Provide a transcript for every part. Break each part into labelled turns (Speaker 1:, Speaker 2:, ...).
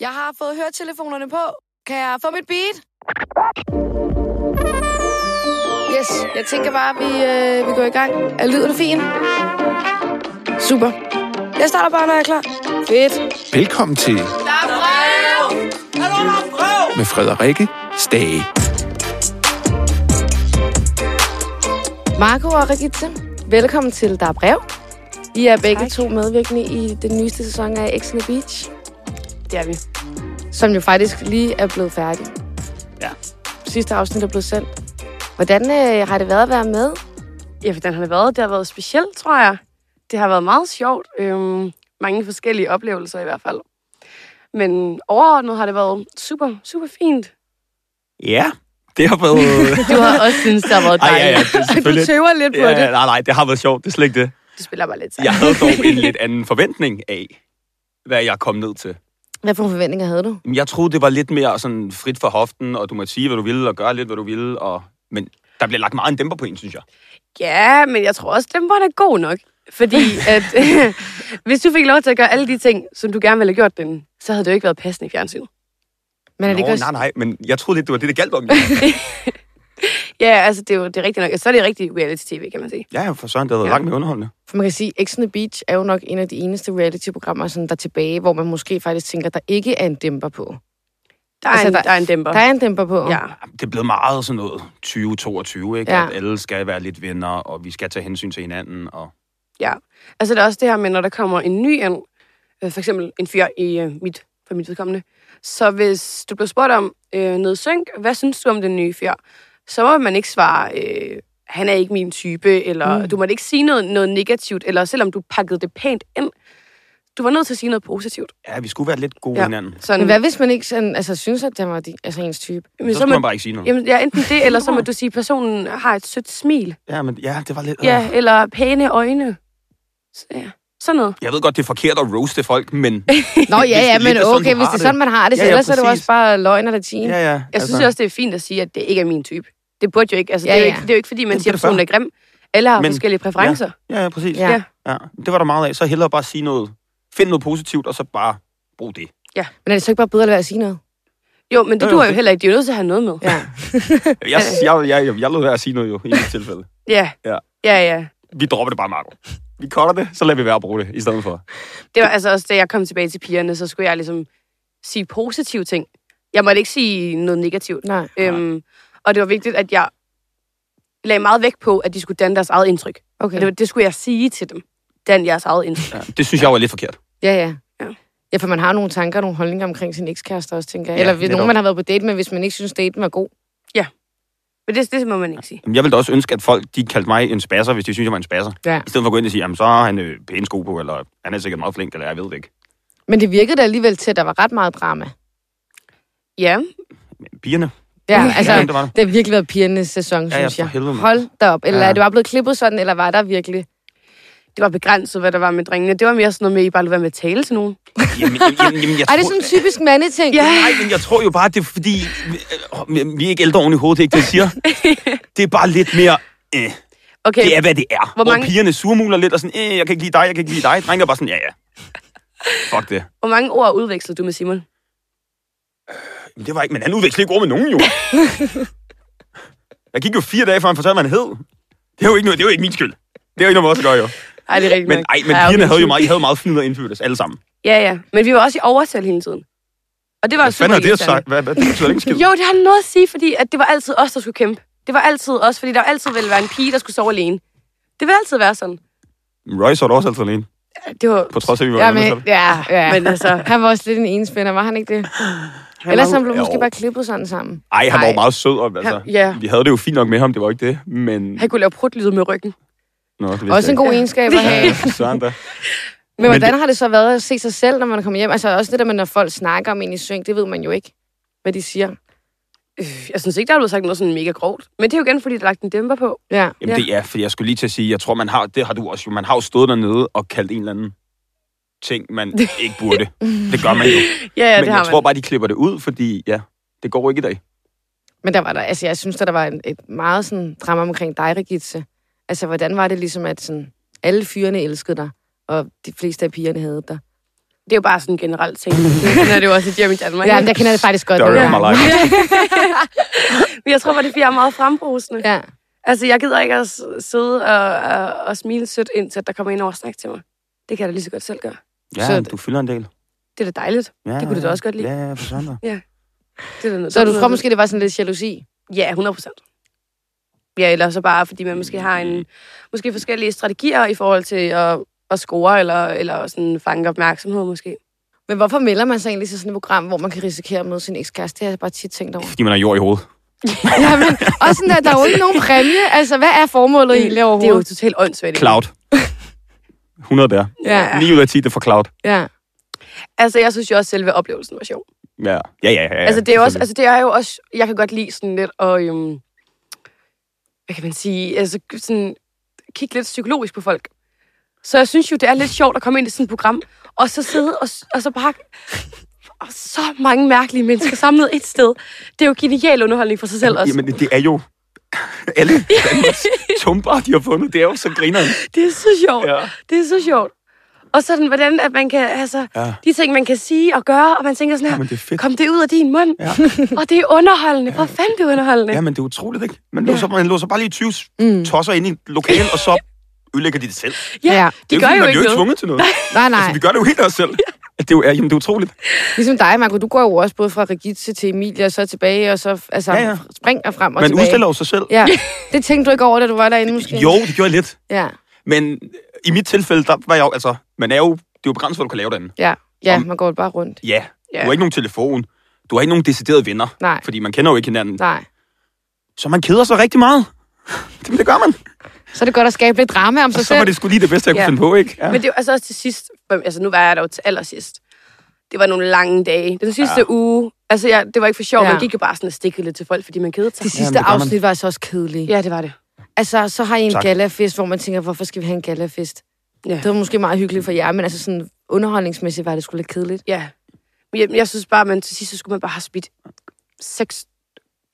Speaker 1: Jeg har fået høretelefonerne på. Kan jeg få mit beat? Yes, jeg tænker bare, at vi, øh, vi går i gang. Er lyden fin? Super. Jeg starter bare, når jeg er klar. Fedt.
Speaker 2: Velkommen til
Speaker 1: Der er brev!
Speaker 2: med Frederikke Stage.
Speaker 1: Marco og Rigitte, velkommen til Der er brev. I er begge tak. to medvirkende i den nyeste sæson af X on the Beach,
Speaker 3: Det er vi.
Speaker 1: som jo faktisk lige er blevet færdig.
Speaker 3: Ja.
Speaker 1: Sidste afsnit er blevet sendt. Hvordan øh, har det været at være med?
Speaker 3: Ja, hvordan har det været? Det har været specielt, tror jeg. Det har været meget sjovt. Øhm, mange forskellige oplevelser i hvert fald. Men overordnet har det været super, super fint.
Speaker 4: Ja, det har været...
Speaker 3: Du har også synes, det har været
Speaker 4: Ej, ja, ja,
Speaker 3: dejligt.
Speaker 4: det er
Speaker 3: du
Speaker 4: selvfølgelig...
Speaker 3: tøver lidt på
Speaker 4: Ja,
Speaker 3: det.
Speaker 4: nej, nej, det har været sjovt. Det er slet ikke det.
Speaker 3: Du spiller bare lidt sejt.
Speaker 4: Jeg havde dog en lidt anden forventning af, hvad jeg kom ned til.
Speaker 1: Hvad for nogle forventninger havde du?
Speaker 4: Jamen, Jeg troede, det var lidt mere sådan frit for hoften, og du må sige, hvad du ville, og gøre lidt, hvad du ville. Og... Men der blev lagt meget en dæmper på en, synes jeg.
Speaker 3: Ja, men jeg tror også, den var da god nok. Fordi at, hvis du fik lov til at gøre alle de ting, som du gerne ville have gjort den, så havde det jo ikke været passende i fjernsynet.
Speaker 1: Men er det ikke
Speaker 4: Nå,
Speaker 1: også...
Speaker 4: nej, nej, men jeg troede lidt, det var det, det galt om.
Speaker 3: Ja, altså, det er jo det er rigtigt nok. Så er det rigtig reality-tv, kan man sige.
Speaker 4: Ja, for søren, det havde været
Speaker 3: Ja.
Speaker 4: langt mere underholdende.
Speaker 1: For man kan sige, X on the Beach er jo nok en af de eneste reality-programmer, sådan, der er tilbage, hvor man måske faktisk tænker, der ikke er en dæmper på.
Speaker 3: Der er,
Speaker 1: Altså,
Speaker 3: altså, en,
Speaker 1: der-
Speaker 3: der, er en dæmper.
Speaker 1: Der er en dæmper på.
Speaker 3: Ja.
Speaker 4: Jamen, Det er blevet meget sådan noget 2022, ikke?
Speaker 1: Ja.
Speaker 4: Ja. At alle skal være lidt venner, og vi skal tage hensyn til hinanden. Og...
Speaker 3: Ja, altså det er også det her med, når der kommer en ny ind, øh, for eksempel en fyr i øh, mit, for mit vedkommende, så hvis du bliver spurgt om øh, noget synk, hvad synes du om den nye fyr, så må man ikke svare, øh, han er ikke min type, eller
Speaker 1: Mm.
Speaker 3: mm. du må ikke sige noget, noget negativt, eller selvom du pakkede det pænt ind, du var nødt til at sige noget positivt.
Speaker 4: Ja, vi skulle være lidt gode ja.
Speaker 3: Ja.
Speaker 4: hinanden. Så,
Speaker 3: Sådan,
Speaker 1: Men hvad hvis man ikke sådan, altså, synes, at den var de, altså, ens type?
Speaker 3: men,
Speaker 4: så
Speaker 3: så
Speaker 4: skulle man
Speaker 3: må,
Speaker 4: bare ikke sige noget.
Speaker 3: jamen, ja, enten det, eller så må du sige, at personen har et sødt smil,
Speaker 4: Ja, men ja, det var lidt... Øh.
Speaker 3: ja, eller pæne øjne. Så, ja. Sådan noget.
Speaker 4: Jeg ved godt, det er forkert at roaste folk, men...
Speaker 1: Nå ja, ja,
Speaker 4: lidt
Speaker 1: men
Speaker 4: er sådan,
Speaker 1: okay,
Speaker 4: du
Speaker 1: hvis
Speaker 4: har
Speaker 1: det er sådan, man har det, så
Speaker 4: Ja, ja,
Speaker 1: ellers er det jo
Speaker 4: præcis.
Speaker 1: også bare løgn og latin.
Speaker 4: Ja, ja. altså,
Speaker 3: Jeg synes også, det er fint at sige, at det ikke er min type. Det burde jo ikke. Altså, ja,
Speaker 1: Ja,
Speaker 3: det, er jo
Speaker 1: ja.
Speaker 3: ikke det er jo ikke, fordi man
Speaker 4: Jamen,
Speaker 3: siger,
Speaker 4: det er
Speaker 3: at
Speaker 4: det
Speaker 3: personen er grim. Alle har
Speaker 4: Men-
Speaker 3: Men, forskellige præferencer.
Speaker 4: Ja, ja, præcis.
Speaker 1: Ja.
Speaker 4: Ja. ja. Det var der meget af. Så hellere bare sige noget. Find noget positivt, og så bare brug det.
Speaker 1: Men er det så ikke bare bedre at lade være at sige noget?
Speaker 3: Ja. Jo, men
Speaker 4: Jo,
Speaker 3: det
Speaker 4: jo,
Speaker 3: duer jo
Speaker 4: det-
Speaker 3: heller ikke. De er jo nødt til at have noget med.
Speaker 1: Ja.
Speaker 4: Jeg, jeg, jeg, jeg, jeg lod være at sige noget jo, i mit tilfælde.
Speaker 3: Ja.
Speaker 4: Ja.
Speaker 3: ja, ja.
Speaker 4: Vi dropper det bare, Marco. Vi cutter det, så lader vi være at bruge det i stedet for.
Speaker 3: Det var altså også, da jeg kom tilbage til pigerne, så skulle jeg ligesom sige positive ting. Jeg måtte ikke sige noget negativt.
Speaker 1: Nej.
Speaker 3: Øhm, og det var vigtigt, at jeg lagde meget vægt på, at de skulle danne deres eget indtryk. Okay.
Speaker 1: Okay.
Speaker 3: Og det, var- det skulle jeg sige til dem. Dan jeres eget indtryk.
Speaker 4: Ja, det synes jeg var lidt forkert.
Speaker 1: Ja, ja.
Speaker 3: Ja.
Speaker 1: Ja, for man har nogle tanker og nogle holdninger omkring sin ekskæreste også, tænker jeg.
Speaker 4: Ja,
Speaker 1: Eller hvis
Speaker 4: netop.
Speaker 1: nogen, man har været på date med, hvis man ikke synes, daten var god.
Speaker 3: Men det, det må man ikke sige.
Speaker 4: Jamen, Jeg ville da også ønske, at folk de kaldte mig en spasser, hvis de synes, jeg var en spasser.
Speaker 1: Ja.
Speaker 4: I stedet for at gå ind og sige, jamen, så har han øh, pæne sko på, eller han er sikkert meget flink, eller jeg ved det ikke.
Speaker 1: Men det virkede da alligevel til, at der var ret meget drama.
Speaker 3: Ja,
Speaker 4: Men pigerne,
Speaker 1: Ja, altså,
Speaker 4: ja, det var der.
Speaker 1: det har virkelig været pigernes sæson,
Speaker 4: Ja, ja,
Speaker 1: synes
Speaker 4: for
Speaker 1: jeg.
Speaker 4: helvede, mand.
Speaker 1: Hold da op. Eller
Speaker 4: Ja.
Speaker 1: er det bare blevet klippet sådan, eller var der virkelig...
Speaker 3: det var begrænset, hvad der var med drengene. Det var mere sådan noget med, at I bare lå være med at tale til nogen.
Speaker 4: Jamen, jamen, jamen, jamen, jeg
Speaker 1: Ej, det er
Speaker 4: tror-
Speaker 1: sådan en typisk mandeting.
Speaker 3: Ja.
Speaker 4: Nej, men jeg tror jo bare, det er fordi, vi- øh, vi er ikke ældre oven i hovedet, det er ikke det, jeg siger. Det er bare lidt mere, øh,
Speaker 3: Okay,
Speaker 4: det er, hvad det er.
Speaker 3: Hvor
Speaker 4: Hvor, mange...
Speaker 3: mange-
Speaker 4: Hvor pigerne surmuler lidt og sådan, øh, jeg kan ikke lide dig, jeg kan ikke lide dig. Drenge er bare sådan, ja, ja. Fuck det.
Speaker 3: Hvor mange ord udvekslede du med Simon?
Speaker 4: Men det var ikke, men han udvekslede ikke ord med nogen jo. Jeg gik jo fire dage, før han fortalte, hvad han hed. Det er jo ikke, noget, det er jo ikke min skyld. Det er jo ikke noget, man også gør jo.
Speaker 3: Ej, det er rigtigt
Speaker 4: Men,
Speaker 3: nok.
Speaker 4: ej, men
Speaker 3: Ja,
Speaker 4: pigerne
Speaker 3: okay.
Speaker 4: havde jo meget, I havde meget fnider indfødtes, alle sammen.
Speaker 3: Ja, ja. Men vi var også i overtal hele tiden. Og det var
Speaker 4: Hvad
Speaker 3: super
Speaker 4: fanden har det
Speaker 3: irriterende.
Speaker 4: sagt? Hvad, hvad, det betyder ikke en skid.
Speaker 3: Jo, det har noget at sige, fordi at det var altid os, der skulle kæmpe. Det var altid os, fordi der altid ville være en pige, der skulle sove alene. Det vil altid være sådan.
Speaker 4: Royce var da også altid alene,
Speaker 3: Ja, Det var...
Speaker 4: på trods af, at vi var
Speaker 1: Ja,
Speaker 4: alene
Speaker 1: men,
Speaker 4: selv.
Speaker 1: ja, ja.
Speaker 4: øh,
Speaker 3: Men altså...
Speaker 1: Han var også lidt en enspænder, var han ikke det? Ellers han blev måske
Speaker 4: Jo.
Speaker 1: bare klippet sådan sammen.
Speaker 4: Ej, han var jo
Speaker 1: Ej.
Speaker 4: meget sød. Og, altså,
Speaker 3: Han- ja.
Speaker 4: Vi havde det jo fint nok med ham, det var jo ikke det. Men...
Speaker 3: Han kunne lave prutlyde med ryggen.
Speaker 4: Nå, det vidste
Speaker 1: Også en
Speaker 4: jeg
Speaker 1: god egenskab at have.
Speaker 4: ikke. Ja, Søren da.
Speaker 1: Men
Speaker 4: Men
Speaker 1: hvordan
Speaker 4: det-
Speaker 1: har det så været at se sig selv, når man kommer hjem? Altså også det der med, når folk snakker om en i syng, det ved man jo ikke, hvad de siger.
Speaker 3: Øh, Jeg synes ikke, der er blevet sagt noget sådan mega grovt. Men det er jo igen, fordi der er lagt en dæmper på.
Speaker 1: Ja.
Speaker 4: Jamen det er, for jeg skulle lige til at sige, jeg tror, man har, det har du også jo, man har jo stået dernede og kaldt en eller anden ting, man ikke burde. Det gør man jo.
Speaker 3: Ja, ja, det har
Speaker 4: Men jeg
Speaker 3: man.
Speaker 4: tror bare, de klipper det ud, fordi ja, det går jo ikke i dag.
Speaker 1: Men der var der, altså jeg synes, der, der var en, et meget sådan drama omkring dig, Regitze. Altså hvordan var det ligesom, at sådan, alle fyrene elskede dig, og de fleste af pigerne havde dig?
Speaker 3: Det er jo bare sådan en generel ting. Sådan er det jo også et hjem i Danmark.
Speaker 1: Ja, men der kender jeg det faktisk godt.
Speaker 4: Story
Speaker 1: nogle
Speaker 4: of my
Speaker 1: gange.
Speaker 4: life.
Speaker 3: Men jeg tror bare, det er, fordi jeg er meget frembrusende. Ja.
Speaker 1: Ja.
Speaker 3: Altså, jeg gider ikke at s- sidde og, og, og smile sødt, indtil der kommer en over og snakker til mig. Det kan jeg da lige så godt selv gøre.
Speaker 4: Ja, du fylder en del.
Speaker 3: Det er da dejligt.
Speaker 4: Ja,
Speaker 3: Det kunne du da
Speaker 4: ja.
Speaker 3: også godt lide.
Speaker 4: Ja, ja, for sådan
Speaker 3: Det er da noget,
Speaker 1: Så
Speaker 3: der
Speaker 1: du
Speaker 3: er
Speaker 1: tror
Speaker 3: noget-
Speaker 1: måske, det var sådan lidt jalousi?
Speaker 3: Ja, 100 procent. Ja, eller så bare, fordi man måske har en, måske forskellige strategier i forhold til at, at score, eller, eller sådan fange opmærksomhed måske.
Speaker 1: Men hvorfor melder man sig egentlig til sådan et program, hvor man kan risikere at møde sin ekskæreste? Det har jeg bare tit tænkt over.
Speaker 4: Fordi man har jord i hovedet.
Speaker 1: ja, men også sådan, at der er jo ikke nogen præmie. Altså, hvad er formålet egentlig
Speaker 3: Det er jo
Speaker 1: overhovedet?
Speaker 3: totalt åndssvagt. ikke?
Speaker 4: Cloud. 100 der.
Speaker 1: Ja.
Speaker 4: 9 ud af 10, det er for Cloud.
Speaker 1: Ja.
Speaker 3: Altså, jeg synes jo også, at selve oplevelsen var sjov.
Speaker 4: Ja, ja, ja. ja
Speaker 3: Ja, altså, det er jo også, altså, det er jo også, jeg kan godt lide sådan lidt at, øhm, hvad kan man sige, altså sådan, kigge lidt psykologisk på folk. Så jeg synes jo, det er lidt sjovt at komme ind i sådan et program, og så sidde og, s- og så bare og så mange mærkelige mennesker samlet et sted. Det er jo genial underholdning for sig selv også.
Speaker 4: Jamen, det er jo... Alle Danmarks tumper, de har fundet, det er jo så griner.
Speaker 3: Det er så sjovt.
Speaker 4: Ja.
Speaker 3: Ja. Det er så sjovt. Og sådan, hvordan at man kan, altså,
Speaker 4: Ja.
Speaker 3: ja. de ting, man kan sige og gøre, og man tænker sådan her,
Speaker 4: Jamen, det er fedt.
Speaker 3: kom det ud af din mund.
Speaker 4: Ja.
Speaker 3: Ja. og det er underholdende. Hvor fanden det er underholdende.
Speaker 4: Ja, men det er utroligt, ikke? Man låser, man låser bare lige 20 mm. tosser ind i et lokal, og så ødelægger de det selv.
Speaker 3: Ja,
Speaker 1: Ja.
Speaker 3: ja.
Speaker 4: Det
Speaker 3: de
Speaker 4: er
Speaker 3: gør
Speaker 4: fordi,
Speaker 3: jo
Speaker 4: man
Speaker 3: ikke
Speaker 4: bliver
Speaker 3: noget.
Speaker 4: tvunget til noget.
Speaker 1: Nej, nej.
Speaker 4: Altså, vi gør det jo helt af os selv. At Det er jo, ja, jamen, det er utroligt.
Speaker 1: Ligesom dig, Marco. Du går jo også både fra Regitze til Emilie, og så tilbage, og så altså,
Speaker 4: Ja,
Speaker 1: ja,
Speaker 4: ja.
Speaker 1: ja. springer frem og
Speaker 4: Man
Speaker 1: tilbage.
Speaker 4: udstiller jo sig selv.
Speaker 1: Ja. Det tænkte du ikke over, da du var derinde, måske?
Speaker 4: Jo, det gjorde jeg lidt.
Speaker 1: Ja.
Speaker 4: Men øh, i mit tilfælde, der var jeg jo, altså, man er jo, det er jo begrænset, hvad du kan lave derinde.
Speaker 1: Ja. Ja,
Speaker 4: Om-
Speaker 1: man går bare rundt.
Speaker 4: Ja,
Speaker 3: Ja.
Speaker 4: du har ikke nogen telefon. Du har ikke nogen deciderede venner.
Speaker 1: Nej.
Speaker 4: Fordi man kender jo ikke hinanden.
Speaker 1: Nej.
Speaker 4: Så man keder sig rigtig meget. Jamen, det gør man.
Speaker 1: Så er det godt at skabe lidt drama om sig
Speaker 4: Og så var
Speaker 1: selv.
Speaker 4: det sgu lige det bedste, jeg kunne
Speaker 3: Ja.
Speaker 4: finde på, ikke? Ja.
Speaker 3: Men det var altså også til sidst, altså nu var jeg der jo til allersidst. Det var nogle lange dage. Den sidste ja. uge, altså ja, det var ikke for sjovt.
Speaker 1: Ja.
Speaker 3: Ja. Man gik jo bare sådan og stikkede lidt til folk, fordi man kedede sig.
Speaker 1: De sidste
Speaker 4: det gør man.
Speaker 1: afsnit var altså også kedelige.
Speaker 3: Ja, det var det.
Speaker 1: Altså, så har I en
Speaker 4: Tak.
Speaker 1: galafest, hvor man tænker, hvorfor skal vi have en galafest?
Speaker 3: Ja.
Speaker 1: Det var måske meget hyggeligt for jer, men altså sådan underholdningsmæssigt var det sgu lidt kedeligt.
Speaker 3: Ja. Men jeg, jeg synes bare, at man til sidst så skulle man bare have smidt seks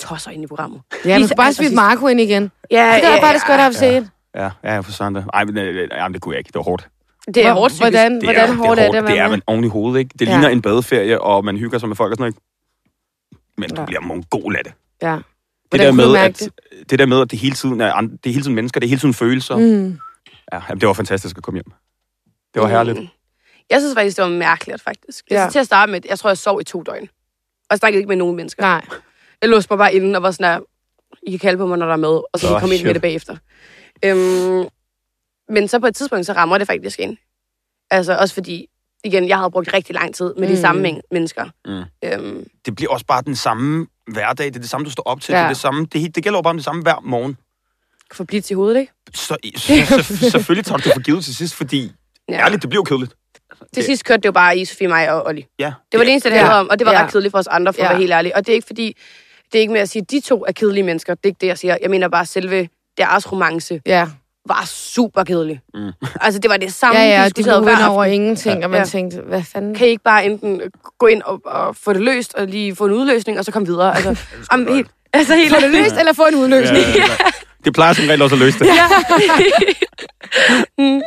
Speaker 3: tosser ind i programmet.
Speaker 1: Ja, man
Speaker 3: Lige-
Speaker 1: skulle bare
Speaker 3: altså,
Speaker 1: smide
Speaker 3: sidst-
Speaker 1: Marco ind igen.
Speaker 3: Ja,
Speaker 1: Det er bare det skulle have set.
Speaker 4: Ja, ja, for sådan det. Ej, men, øh, jamen, det kunne jeg ikke. Det var hårdt.
Speaker 3: Det er
Speaker 1: Hvor-
Speaker 3: hårdt psykisk.
Speaker 1: Hvordan, hvordan hårdt er det, at
Speaker 4: Det er
Speaker 1: være
Speaker 4: man
Speaker 1: med?
Speaker 4: oven i hovedet, ikke? Det
Speaker 1: Ja.
Speaker 4: ligner en badeferie, og man hygger sig med folk og sådan noget. ikke? Men du
Speaker 1: Ja.
Speaker 4: bliver mongol af det.
Speaker 1: Ja.
Speaker 4: Det
Speaker 1: Hvordan
Speaker 4: der,
Speaker 1: kunne du
Speaker 4: med,
Speaker 1: mærke
Speaker 4: at, det? der med, at det hele tiden er, an- det er hele tiden mennesker, det er hele tiden følelser. Mm.
Speaker 1: Mm.
Speaker 4: Ja, jamen, det var fantastisk at komme hjem. Det var herligt.
Speaker 3: Mm. Jeg synes faktisk, det var mærkeligt, faktisk. Ja.
Speaker 1: Ja.
Speaker 3: Altså, til at starte med, jeg tror, jeg sov i to døgn. Og jeg snakkede ikke med nogen mennesker.
Speaker 1: Nej.
Speaker 3: Jeg låste mig bare inden og var sådan der, I kan kalde på mig, når der er med, og så kan
Speaker 4: Nå,
Speaker 3: I komme ind
Speaker 4: shit.
Speaker 3: med det bagefter. Øhm, men så på et tidspunkt, så rammer det faktisk ind. Altså også fordi, igen, jeg havde brugt rigtig lang tid med de
Speaker 1: Mm.
Speaker 3: samme men- mennesker.
Speaker 4: Mm.
Speaker 3: Øhm,
Speaker 4: Det bliver også bare den samme hverdag. Det er det samme, du står op til. Ja.
Speaker 1: Ja.
Speaker 4: Det, er det, samme, det, er helt- det gælder jo bare om det samme hver morgen.
Speaker 3: for blidt i hovedet, ikke?
Speaker 4: Så, så, så, selvfølgelig tager du det for givet til sidst, fordi ja. ærligt, det bliver jo kedeligt.
Speaker 3: Til sidst kørte det jo bare i Sofie, mig og Olli.
Speaker 4: Ja.
Speaker 3: Det var det eneste, det
Speaker 1: Ja.
Speaker 3: handlede om, og det var
Speaker 1: Ja.
Speaker 3: ret kedeligt for os andre, for at
Speaker 1: Ja.
Speaker 3: være helt ærlig. Og det er ikke fordi, det er ikke med at sige, at de to er kedelige mennesker. Det er ikke det, jeg siger. Jeg mener bare, at selve deres romance
Speaker 1: Ja,
Speaker 3: var super kedelig.
Speaker 4: Mm.
Speaker 3: Altså, det var det samme,
Speaker 1: ja,
Speaker 3: vi
Speaker 1: ja de
Speaker 3: diskuterede
Speaker 1: blev
Speaker 3: hver
Speaker 1: hen
Speaker 3: aften.
Speaker 1: over ingenting, og man
Speaker 3: Ja.
Speaker 1: tænkte, hvad fanden?
Speaker 3: kan I ikke bare enten øh, gå ind og, og få det løst, og lige få en udløsning, og så komme videre? Altså, jamen, helt, altså helt
Speaker 1: Få det løst, eller få en udløsning?
Speaker 4: Ja, ja, ja. Øh, Det plejer som regel også at løse det. Ja.
Speaker 3: Mm.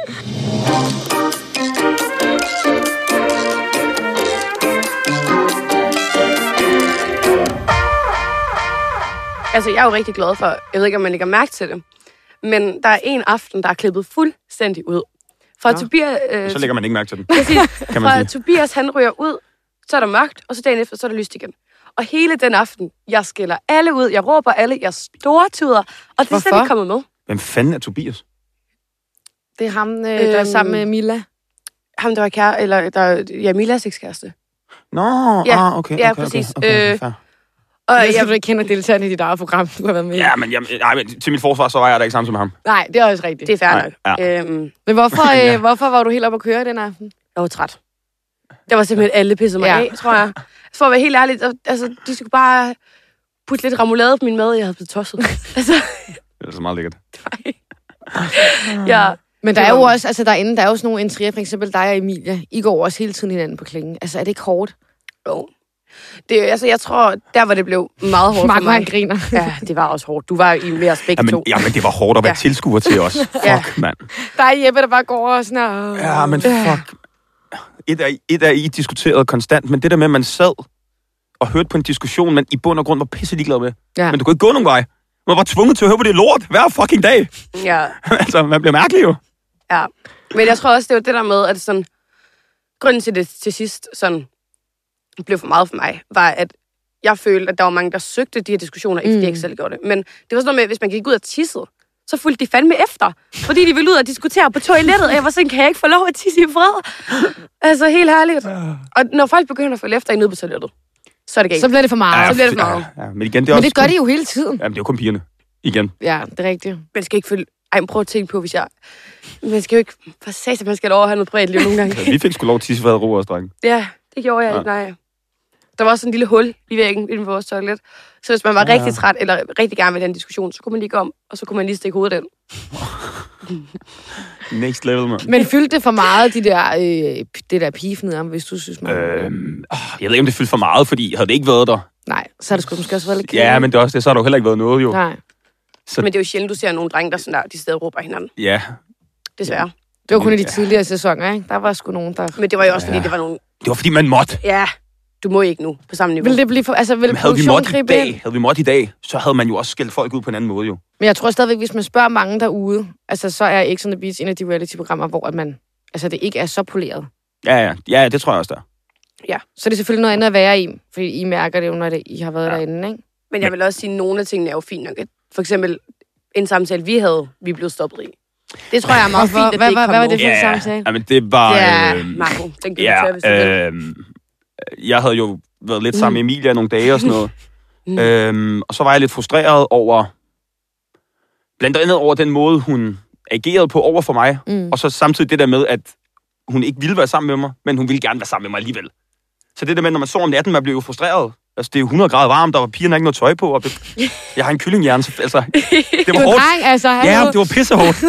Speaker 3: Altså, jeg er jo rigtig glad for, jeg ved ikke, om man lægger mærke til det, men der er en aften, der er klippet fuldstændig ud. Fra, Tobias, øh,
Speaker 4: Så lægger man ikke mærke til den.
Speaker 3: præcis,
Speaker 4: Kan man
Speaker 3: fra
Speaker 4: sige.
Speaker 3: Tobias, han ryger ud, så er der mørkt, og så dagen efter, så er der lyst igen. Og hele den aften, jeg skiller alle ud, jeg råber alle, jeg stortuder, og det er slet
Speaker 1: Hvorfor?
Speaker 3: ikke kommet med.
Speaker 4: Hvem fanden er Tobias?
Speaker 1: Det er ham, øh, der er
Speaker 3: Øhm.
Speaker 1: sammen med Mila.
Speaker 3: Ham, der var kære, eller der, er- ja, Milas ekskæreste.
Speaker 4: Nå,
Speaker 3: Ja,
Speaker 4: ah, okay,
Speaker 3: ja,
Speaker 4: okay,
Speaker 3: præcis.
Speaker 4: Okay, okay,
Speaker 3: Øh,
Speaker 4: fair.
Speaker 3: Og
Speaker 1: Jeg skal
Speaker 3: jeg,
Speaker 1: du ikke kende deltagerne i dit eget program, du har været med i.
Speaker 4: Ja, men, jamen, nej, men til mit forsvar, så var jeg da ikke sammen som ham.
Speaker 1: Nej, det er også rigtigt.
Speaker 3: det er fair
Speaker 4: Nej,
Speaker 3: nok. Ja. Øhm,
Speaker 1: Men hvorfor, øh,
Speaker 4: Ja.
Speaker 1: hvorfor var du helt oppe at køre den aften?
Speaker 3: jeg var træt. Der var simpelthen alle pisset mig
Speaker 1: Ja.
Speaker 3: ja. af, tror jeg. Så for at være helt ærlig, der, altså, de skulle bare putte lidt remoulade på min mad, jeg havde blevet tosset. altså,
Speaker 4: Det er så meget lækkert.
Speaker 3: ja.
Speaker 1: Men der
Speaker 3: Det
Speaker 1: er jo
Speaker 3: var-
Speaker 1: også, altså derinde, der er jo sådan nogle intriger, for eksempel dig og Emilia. I går også hele tiden hinanden på klingen. Altså, er det ikke hårdt?
Speaker 3: Jo. Det, altså, jeg tror, der hvor det blev meget hårdt for
Speaker 1: Marco, han
Speaker 3: mig.
Speaker 1: griner.
Speaker 3: Ja, det var også hårdt. Du var i med os begge
Speaker 4: Jamen,
Speaker 3: to.
Speaker 4: jamen, det var hårdt at være
Speaker 3: Ja.
Speaker 4: tilskuer til os. Fuck, mand.
Speaker 1: Der er Jeppe, der bare går og sådan her.
Speaker 4: Ja, men fuck. et af, et af I diskuterede konstant, men det der med, at man sad og hørte på en diskussion, man i bund og grund var pisse ligeglad med.
Speaker 1: Ja.
Speaker 4: Men du kunne ikke gå nogen vej. Man var tvunget til at høre på det lort hver fucking dag.
Speaker 3: Ja,
Speaker 4: altså, man bliver mærkelig jo.
Speaker 3: ja. Men jeg tror også, det var det der med, at sådan, grunden til det til sidst sådan, blev for meget for mig, var, at jeg følte, at der var mange, der søgte de her diskussioner, ikke fordi jeg ikke selv gjorde det. Men det var sådan noget med, at hvis man gik ud og tissede, så fulgte de fandme efter, fordi de ville ud og diskutere på toilettet, og jeg var sådan, kan jeg ikke få lov at tisse i fred? Altså, helt herligt. Og når folk begynder at følge efter inde ude på toilettet, så er det galt.
Speaker 1: Så bliver det for meget.
Speaker 3: så
Speaker 1: Ja.
Speaker 3: bliver det for meget.
Speaker 4: Ja, ja, men igen, det er
Speaker 1: Men
Speaker 4: også...
Speaker 1: det gør de jo hele tiden.
Speaker 4: Jamen, det er jo kun pigerne. Igen.
Speaker 1: Ja, det er rigtigt.
Speaker 3: man skal ikke følge... Ej, men prøv at tænke på, hvis jeg... Man skal jo ikke... For satan, man skal da over have noget privatliv nogle gange.
Speaker 4: Vi fik sgu lov til at tisse for ro også, drenge.
Speaker 3: ja, det gjorde
Speaker 4: Ah.
Speaker 3: jeg ikke, nej. Der var også sådan en lille hul i væggen inden for vores toilet. Så hvis man
Speaker 4: Ah.
Speaker 3: var ja. rigtig træt, eller rigtig gerne med den diskussion, så kunne man lige gå om, og så kunne man lige stikke hovedet ind.
Speaker 4: Next level, man.
Speaker 1: Men fyldte det for meget, de der, øh, det der pifnede om, hvis du synes, man... Øh.
Speaker 4: Øhm, åh, jeg ved ikke, om det fyldte for meget, fordi havde det ikke været der.
Speaker 1: Nej, så har det sgu måske også været lidt
Speaker 4: Ja, men det er også det, så har der jo heller ikke været noget, jo.
Speaker 1: Nej.
Speaker 4: Så-
Speaker 3: Men det er jo sjældent, du ser nogle drenge, der sådan der, de stadig råber af hinanden,
Speaker 4: Ja.
Speaker 3: desværre.
Speaker 1: Det var kun i de
Speaker 4: Ja.
Speaker 1: tidligere sæsoner, ikke? Der var sgu nogen, der...
Speaker 3: Men det var jo også, fordi
Speaker 4: Ja.
Speaker 3: det var nogle...
Speaker 4: Det var, fordi man måtte.
Speaker 3: Ja, du må ikke nu på samme niveau.
Speaker 1: Vil det blive for... Altså, vil
Speaker 4: Men havde vi
Speaker 1: produktion
Speaker 4: måttet i
Speaker 1: gribe ind?
Speaker 4: dag, havde vi måttet i dag, så havde man jo også skældt folk ud på en anden måde, jo.
Speaker 1: Men jeg tror stadigvæk, hvis man spørger mange derude, altså, så er X on the Beach en af de reality-programmer, hvor at man, altså, det ikke er så poleret.
Speaker 4: Ja, ja, ja, det tror jeg også, der. er.
Speaker 1: Så er det selvfølgelig noget andet at være i, fordi I mærker det jo, når det, I har været ja. derinde, ikke?
Speaker 3: Men jeg vil også sige, at nogle af tingene er jo fint nok. For eksempel en samtale, vi havde, vi blev stoppet i. Det tror jeg er meget
Speaker 1: Hvorfor?
Speaker 3: fint, at det
Speaker 1: Hvad
Speaker 3: ikke
Speaker 1: var-
Speaker 3: kom
Speaker 1: hvad var
Speaker 3: med.
Speaker 1: det en samtale.
Speaker 4: ja, men det var...
Speaker 1: Ja,
Speaker 4: øhm,
Speaker 3: Marco, den kan du tage, hvis du vil.
Speaker 4: ja, øh, jeg havde jo været lidt sammen med Emilia nogle dage og sådan noget.
Speaker 3: Mm.
Speaker 4: øhm, og så var jeg lidt frustreret over, blandt andet over den måde, hun agerede på over for mig.
Speaker 1: Mm.
Speaker 4: Og så samtidig det der med, at hun ikke ville være sammen med mig, men hun ville gerne være sammen med mig alligevel. Så det der med, når man sover om natten, man bliver jo frustreret. Altså, det er jo 100 grader varmt, og pigerne har ikke noget tøj på. Og det, jeg har en kyllinghjerne, så altså, det var
Speaker 1: Du er
Speaker 4: hårdt.
Speaker 1: dreng, altså.
Speaker 4: Ja,
Speaker 1: hallo.
Speaker 4: det var pissehårdt.